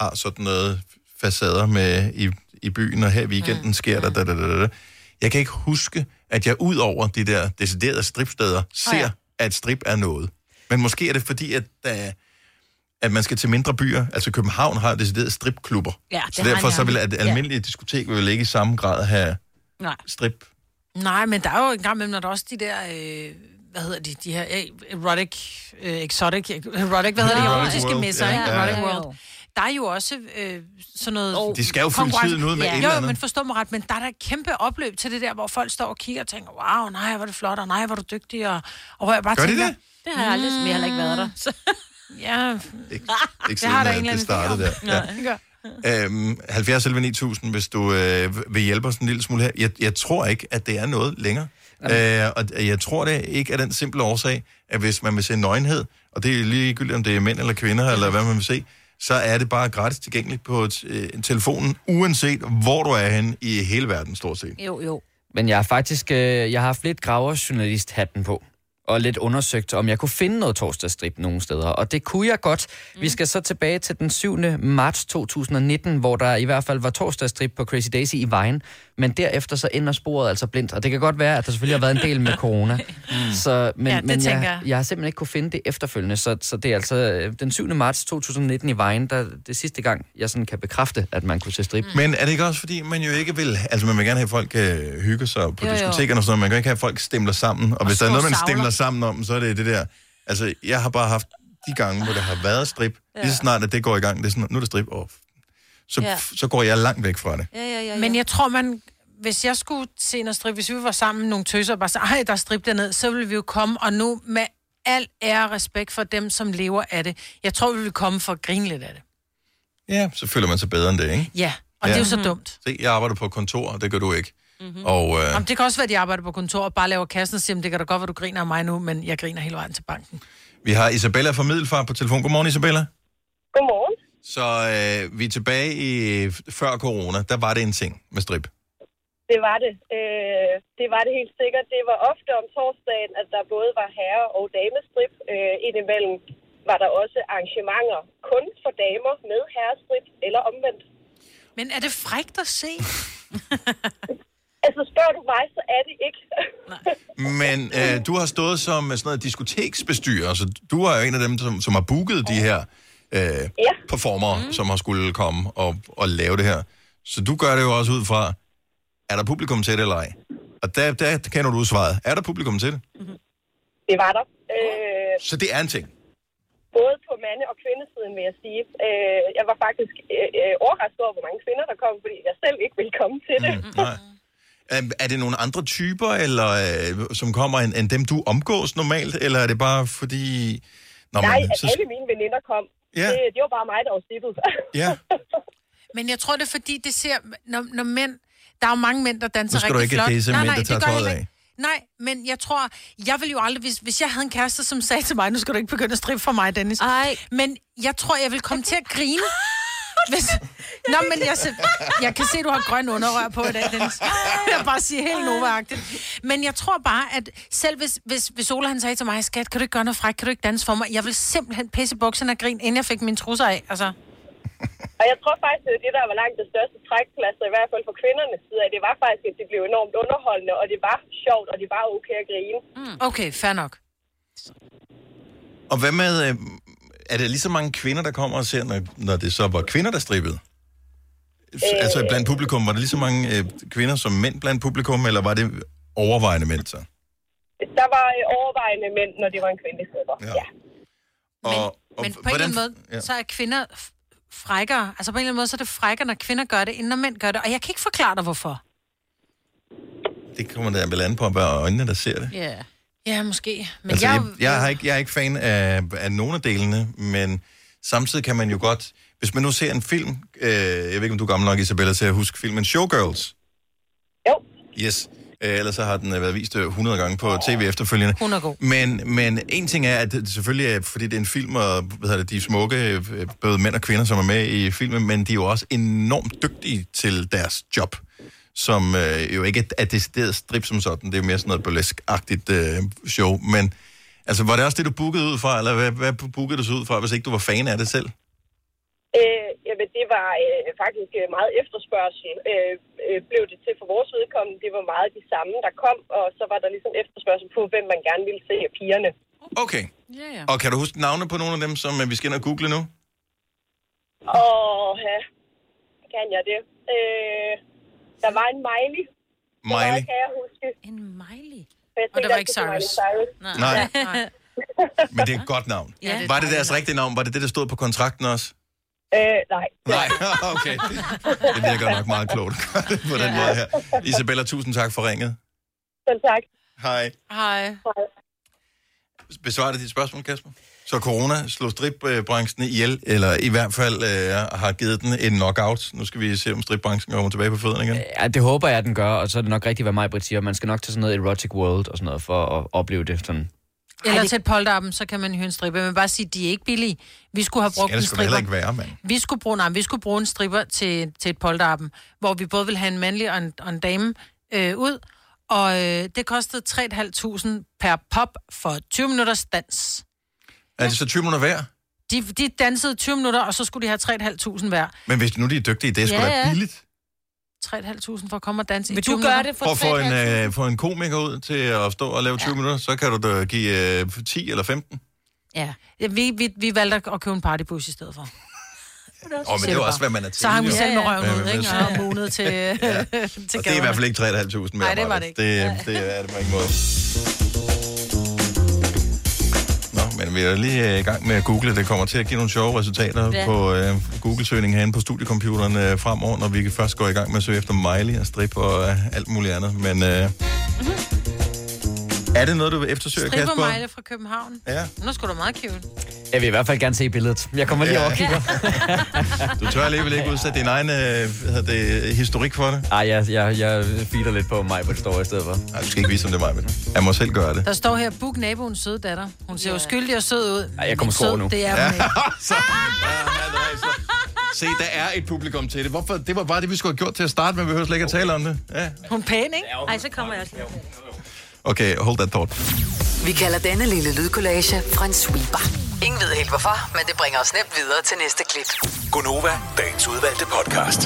[SPEAKER 1] har sådan noget facader med i, i byen, og her i weekenden mm. sker der da, da, da, da. Jeg kan ikke huske, at jeg ud over de der deciderede stripsteder, ser, oh,
[SPEAKER 5] ja.
[SPEAKER 1] ja. at strip er noget. Men måske er det fordi, at, der, at man skal til mindre byer. Altså København har decideret stripklubber.
[SPEAKER 3] Ja, det
[SPEAKER 1] så
[SPEAKER 3] har
[SPEAKER 1] derfor
[SPEAKER 3] de
[SPEAKER 1] så vil
[SPEAKER 3] andre.
[SPEAKER 1] at
[SPEAKER 3] Ja.
[SPEAKER 1] almindelige diskotek vil ikke i samme grad have
[SPEAKER 3] Nej.
[SPEAKER 1] strip.
[SPEAKER 3] Nej, men der er jo en gang imellem, når der også de der, øh, hvad hedder de, de her øh, erotic, øh, exotic, erotic, hvad hedder de,
[SPEAKER 1] Erotic
[SPEAKER 3] erotiske
[SPEAKER 1] World,
[SPEAKER 3] messer,
[SPEAKER 1] ja.
[SPEAKER 3] ja, ikke?
[SPEAKER 1] Ja,
[SPEAKER 3] Erotic
[SPEAKER 1] ja.
[SPEAKER 3] World. Der er jo også øh, sådan noget... Oh.
[SPEAKER 1] De skal jo fylde tiden ud med et
[SPEAKER 3] ja.
[SPEAKER 1] eller
[SPEAKER 3] Jo,
[SPEAKER 1] andet.
[SPEAKER 3] men forstå mig ret, men der er der et kæmpe opløb til det der, hvor folk står og kigger og tænker, wow, nej, hvor er du flot, og nej, hvor er du dygtig, og, og hvor jeg bare
[SPEAKER 1] Gør de
[SPEAKER 3] tænker...
[SPEAKER 1] det?
[SPEAKER 2] Det har jeg aldrig- men jeg har heller ikke været der,
[SPEAKER 3] Så. Ja,
[SPEAKER 1] Ikke
[SPEAKER 3] det har der
[SPEAKER 1] at
[SPEAKER 3] en eller
[SPEAKER 1] det
[SPEAKER 3] anden idé om.
[SPEAKER 1] startede der.
[SPEAKER 3] Nej, det gør.
[SPEAKER 1] Øhm, 70 11 9000, hvis du øh, vil hjælpe os en lille smule her. Jeg, jeg tror ikke, at det er noget længere. Øh, og jeg tror det ikke af den simple årsag, at hvis man vil se nøgenhed, og det er ligegyldigt, om det er mænd eller kvinder, eller hvad man vil se, så er det bare gratis tilgængeligt på t- øh, telefonen, uanset hvor du er henne i hele verden, stort set.
[SPEAKER 2] Jo, jo.
[SPEAKER 7] Men jeg har faktisk øh, jeg har haft lidt graverjournalist-hatten på, og lidt undersøgt, om jeg kunne finde noget torsdagsstrip nogle steder, og det kunne jeg godt. Mm. Vi skal så tilbage til den 7. marts 2019, hvor der i hvert fald var torsdagsstrip på Crazy Daisy i Vejen, men derefter så ender sporet altså blindt, og det kan godt være, at der selvfølgelig har været en del med corona, mm. så, men,
[SPEAKER 3] Ja, det
[SPEAKER 7] men
[SPEAKER 3] tænker
[SPEAKER 7] jeg,
[SPEAKER 3] jeg.
[SPEAKER 7] jeg har simpelthen ikke kunne finde det efterfølgende, så, så det er altså øh, den 7. marts 2019 i Vejen, der det er sidste gang, jeg sådan kan bekræfte, at man kunne se strip.
[SPEAKER 1] Men er det ikke også, fordi man jo ikke vil... Altså, man vil gerne have, at folk øh, hygger sig på
[SPEAKER 7] Jo,
[SPEAKER 1] jo,
[SPEAKER 7] jo.
[SPEAKER 1] diskotekerne og sådan noget. Man kan ikke have, at folk stemler sammen. Og, og hvis der er
[SPEAKER 7] står
[SPEAKER 1] noget, man
[SPEAKER 7] og savler.
[SPEAKER 1] stemler sammen om, så er det det der... Altså, jeg har bare haft de gange, hvor der har været strip. Ja. Lige så snart, at det går i gang, det er sådan, nu er det strip off. Så,
[SPEAKER 3] Ja.
[SPEAKER 1] ja. så går jeg langt væk fra det.
[SPEAKER 2] Ja, ja, ja,
[SPEAKER 3] Men jeg tror, man... Hvis jeg skulle se noget strip, hvis vi var sammen med nogle tøser og bare sagde, ej, der er strip dernede, så ville vi jo komme, og nu med al ære og respekt for dem, som lever af det, jeg tror, vi ville komme for at grine lidt af det.
[SPEAKER 1] Ja, så føler man sig bedre end det, ikke?
[SPEAKER 3] Ja, og ja. det er jo så dumt.
[SPEAKER 1] Se, jeg arbejder på et kontor, og det gør du ikke. Mm-hmm. Og øh,
[SPEAKER 3] Jamen, det kan også være, at de arbejder på kontor og bare laver kassen og siger, "Men det kan da godt være, du griner af mig nu, men jeg griner hele vejen til banken.
[SPEAKER 1] vi har Isabella fra Middelfart på telefon. Godmorgen, Isabella.
[SPEAKER 9] Godmorgen.
[SPEAKER 1] Så øh, vi er tilbage i før corona. Der var det en ting med strip.
[SPEAKER 9] Det var det. Øh, det var det helt sikkert. Det var ofte om torsdagen, at der både var herre- og damestrip. Øh, indimellem var der også arrangementer kun for damer med herrestrip eller omvendt.
[SPEAKER 3] Men er det frægt at se?
[SPEAKER 9] altså spørger du mig, så er det ikke.
[SPEAKER 1] Men øh, du har stået som øh, sådan noget diskoteksbestyrer, så du er jo en af dem, som, som har booket de her øh, ja. performer, mm. som har skulle komme og, og lave det her. Så du gør det jo også ud fra, er der publikum til det eller ej? Og der, der kender du svaret. Er der publikum til det?
[SPEAKER 9] Det var der. Øh,
[SPEAKER 1] Så det er en ting.
[SPEAKER 9] både på mande- og kvindesiden, vil jeg sige. Øh, jeg var faktisk øh, øh, overrasket over, hvor mange kvinder der kom, fordi jeg selv ikke ville komme til det.
[SPEAKER 1] Mm. Nej. Er, er det nogle andre typer, eller øh, som kommer end, end dem, du omgås normalt? Eller er det bare fordi... Nå,
[SPEAKER 9] Nej,
[SPEAKER 1] men,
[SPEAKER 9] at
[SPEAKER 1] så,
[SPEAKER 9] alle mine veninder kom.
[SPEAKER 1] Ja.
[SPEAKER 9] Det, det var bare mig, der var stippet.
[SPEAKER 1] ja,
[SPEAKER 3] Men jeg tror, det er fordi, det ser, når, når mænd, der er jo mange mænd, der danser
[SPEAKER 1] Nu skal du
[SPEAKER 3] rigtig
[SPEAKER 1] ikke
[SPEAKER 3] flot.
[SPEAKER 1] disse mænd, der
[SPEAKER 3] det
[SPEAKER 1] tager
[SPEAKER 3] gør jeg
[SPEAKER 1] tøjet
[SPEAKER 3] heller ikke. Nej, men jeg tror, jeg vil jo aldrig, hvis, hvis jeg havde en kæreste, som sagde til mig, nu skal du ikke begynde at strippe for mig, Dennis.
[SPEAKER 2] Nej.
[SPEAKER 3] Men jeg tror, jeg vil komme til at grine. Hvis... Nå, men jeg, se- jeg kan se, du har grøn underrør på i dag, Dennis. Jeg vil bare sige helt novagtigt. Men jeg tror bare, at selv hvis, hvis, hvis Ola han sagde til mig, skat, kan du ikke gøre noget fræk, kan du ikke danse for mig? Jeg vil simpelthen pisse i bukserne og grine, inden jeg fik mine trusser af. Altså.
[SPEAKER 9] Og jeg tror faktisk, at det der var langt det største trækplads, i hvert fald for kvindernes side, af, det var faktisk, at det blev enormt underholdende, og det var sjovt, og det var okay at grine.
[SPEAKER 3] Okay, fair nok.
[SPEAKER 1] Og hvad med øh, er det lige så mange kvinder, der kommer og ser, når, når det så var kvinder, der strippede? Øh. Altså blandt publikum, var det lige så mange øh, kvinder som mænd blandt publikum, eller var det overvejende mænd så?
[SPEAKER 9] Der var øh, overvejende mænd, når det var en kvindelig stripper. Ja. ja.
[SPEAKER 1] Og, og
[SPEAKER 3] Men på en eller anden måde, ja. så er kvinder f- frækkere. Altså på en eller anden måde, så er det frækkere, når kvinder gør det, end når mænd gør det. Og jeg kan ikke forklare dig, hvorfor.
[SPEAKER 1] Det kommer der vel an på, hvad øjnene, der ser det.
[SPEAKER 3] Ja. Yeah. Ja, måske. Men
[SPEAKER 1] altså,
[SPEAKER 3] jeg...
[SPEAKER 1] jeg, jeg, har ikke, jeg er ikke fan af, af nogen af delene, men samtidig kan man jo godt... Hvis man nu ser en film, øh, jeg ved ikke, om du er gammel nok, Isabella, til at huske filmen Showgirls. Jo. Yes. Øh, ellers så har den øh, været vist øh, 100 gange på tv efterfølgende.
[SPEAKER 3] Hun er god.
[SPEAKER 1] Men, men en ting er, at det selvfølgelig er, fordi det er en film, og hvad hedder det, de er smukke, øh, både mænd og kvinder, som er med i filmen, men de er jo også enormt dygtige til deres job, som øh, jo ikke er decideret strip som sådan, det er jo mere sådan noget burlesk-agtigt øh, show, men altså, var det også det, du bookede ud fra, eller hvad, hvad bookede du så ud fra, hvis ikke du var fan af det selv?
[SPEAKER 9] Øh, jamen, det var øh, faktisk øh, meget efterspørgsel, øh, øh, blev det til for vores vedkommende. Det var meget de samme, der kom, og så var der ligesom efterspørgsel på, hvem man gerne ville se af pigerne.
[SPEAKER 1] Okay.
[SPEAKER 3] Ja, ja.
[SPEAKER 1] Og kan du huske navne på nogle af dem, som øh, vi skal ind og google nu?
[SPEAKER 9] Og ja, kan jeg det? Øh, der var en Miley.
[SPEAKER 1] Miley.
[SPEAKER 9] Det kan jeg huske. En Miley?
[SPEAKER 3] Og der var ikke Cyrus.
[SPEAKER 9] Nej.
[SPEAKER 1] Nej. Men det er et godt navn.
[SPEAKER 9] Ja, det er et
[SPEAKER 1] var det
[SPEAKER 9] dejligt
[SPEAKER 1] deres rigtige navn? Var det det, der stod på kontrakten også?
[SPEAKER 9] Øh, nej.
[SPEAKER 1] Nej, okay. Det virker godt nok meget klogt at gøre det på den måde her. Isabella, tusind tak for ringet.
[SPEAKER 9] Selv tak.
[SPEAKER 1] Hej.
[SPEAKER 3] Hej.
[SPEAKER 1] Besvarer det dit spørgsmål, Kasper? Så corona slog stripbranchen ihjel, eller i hvert fald øh, har givet den en knockout. Nu skal vi se, om stripbranchen kommer tilbage på fødderne igen.
[SPEAKER 7] Ja, det håber jeg, at den gør, og så er det nok rigtigt, hvad mig Britt siger. Man skal nok til sådan noget erotic world og sådan noget for at opleve det sådan.
[SPEAKER 3] Eller til et polterappen, så kan man hyre en stripper. Men bare sige, de er ikke billige. Vi skulle have brugt
[SPEAKER 1] Ja,
[SPEAKER 3] en
[SPEAKER 1] det skulle heller
[SPEAKER 3] stripper.
[SPEAKER 1] ikke være, mand.
[SPEAKER 3] Vi skulle bruge, nej, vi skulle bruge en stripper til, til et polterappen, hvor vi både ville have en mandlig og en, og en dame øh, ud. Og øh, det kostede 3.500 per pop for 20 minutters dans.
[SPEAKER 1] Er det så 20 minutter værd?
[SPEAKER 3] De, de dansede 20 minutter, og så skulle de have 3.500 hver.
[SPEAKER 1] Men hvis nu de er dygtige, det er sgu
[SPEAKER 3] Ja,
[SPEAKER 1] da
[SPEAKER 3] ja.
[SPEAKER 1] billigt.
[SPEAKER 3] 3.500 for at komme og danse i
[SPEAKER 2] Vil
[SPEAKER 3] 20
[SPEAKER 2] du gøre
[SPEAKER 3] minutter.
[SPEAKER 2] det
[SPEAKER 1] Prøv at få en, øh, få en komiker ud til at stå og lave 20 ja. minutter, så kan du da give øh, 10 eller 15.
[SPEAKER 3] Ja. ja vi, vi, vi valgte at købe en partybus i stedet for.
[SPEAKER 1] Åh, men det er jo også, hvad man er til.
[SPEAKER 3] Så hang vi
[SPEAKER 1] jo.
[SPEAKER 3] selv med
[SPEAKER 1] Ja,
[SPEAKER 3] røven ud,
[SPEAKER 1] men
[SPEAKER 3] ikke?
[SPEAKER 1] så-
[SPEAKER 3] Og munet til, ja. til
[SPEAKER 1] Og det er i hvert fald ikke 3.500 mere.
[SPEAKER 3] Nej, det var det ikke.
[SPEAKER 1] Det, det er det på ingen måde. Nå, men vi er lige øh, i gang med at google. Det kommer til at give nogle sjove resultater
[SPEAKER 5] Ja.
[SPEAKER 1] ja. på øh, Google-søgning herinde på studiecomputeren øh, fremover, når vi først går i gang med at søge efter Miley og strip og øh, alt muligt andet. Men øh, er det noget, du eftersøger,
[SPEAKER 3] Mhm. Stripper
[SPEAKER 1] Kasper?
[SPEAKER 3] Mejle fra København.
[SPEAKER 1] Ja.
[SPEAKER 3] Hun er sgu da meget cute.
[SPEAKER 7] Jeg vil i hvert fald gerne se billedet. Jeg kommer lige
[SPEAKER 1] Ja.
[SPEAKER 7] over og kigger.
[SPEAKER 1] Du tør alligevel ikke udsætte din egen øh, hvad hedder det, historik for det?
[SPEAKER 7] Ej, jeg, jeg, jeg feeder lidt på mig, hvor det står i stedet for.
[SPEAKER 1] Nej, du skal ikke vise, om det er mig, men jeg må selv gøre det.
[SPEAKER 3] Der står her, book naboens søde datter. Hun ser jo skyldig og sød ud.
[SPEAKER 7] Ej, jeg kommer
[SPEAKER 3] Men
[SPEAKER 7] sgu over
[SPEAKER 3] sød,
[SPEAKER 7] nu.
[SPEAKER 3] Det er hun ikke.
[SPEAKER 1] så, Se, der er et publikum til det. Hvorfor? Det var bare det, vi skulle have gjort til at starte med. Vi behøver slet ikke at tale om det. Ja.
[SPEAKER 3] Hun er pæn, ikke?
[SPEAKER 2] Ej, så kommer jeg også lige.
[SPEAKER 1] Okay, hold that thought.
[SPEAKER 6] Vi kalder denne lille lydkollage en sweeper. Ingen ved helt hvorfor, men det bringer os nemt videre til næste klip.
[SPEAKER 5] Gonova, dagens udvalgte podcast.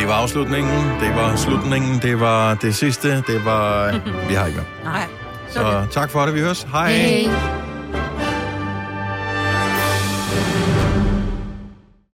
[SPEAKER 1] Det var afslutningen. Det var slutningen. Det var det sidste. Det var... Vi har ikke mere.
[SPEAKER 3] Nej.
[SPEAKER 1] Så tak for det. Vi høres. Hej.
[SPEAKER 3] Hej.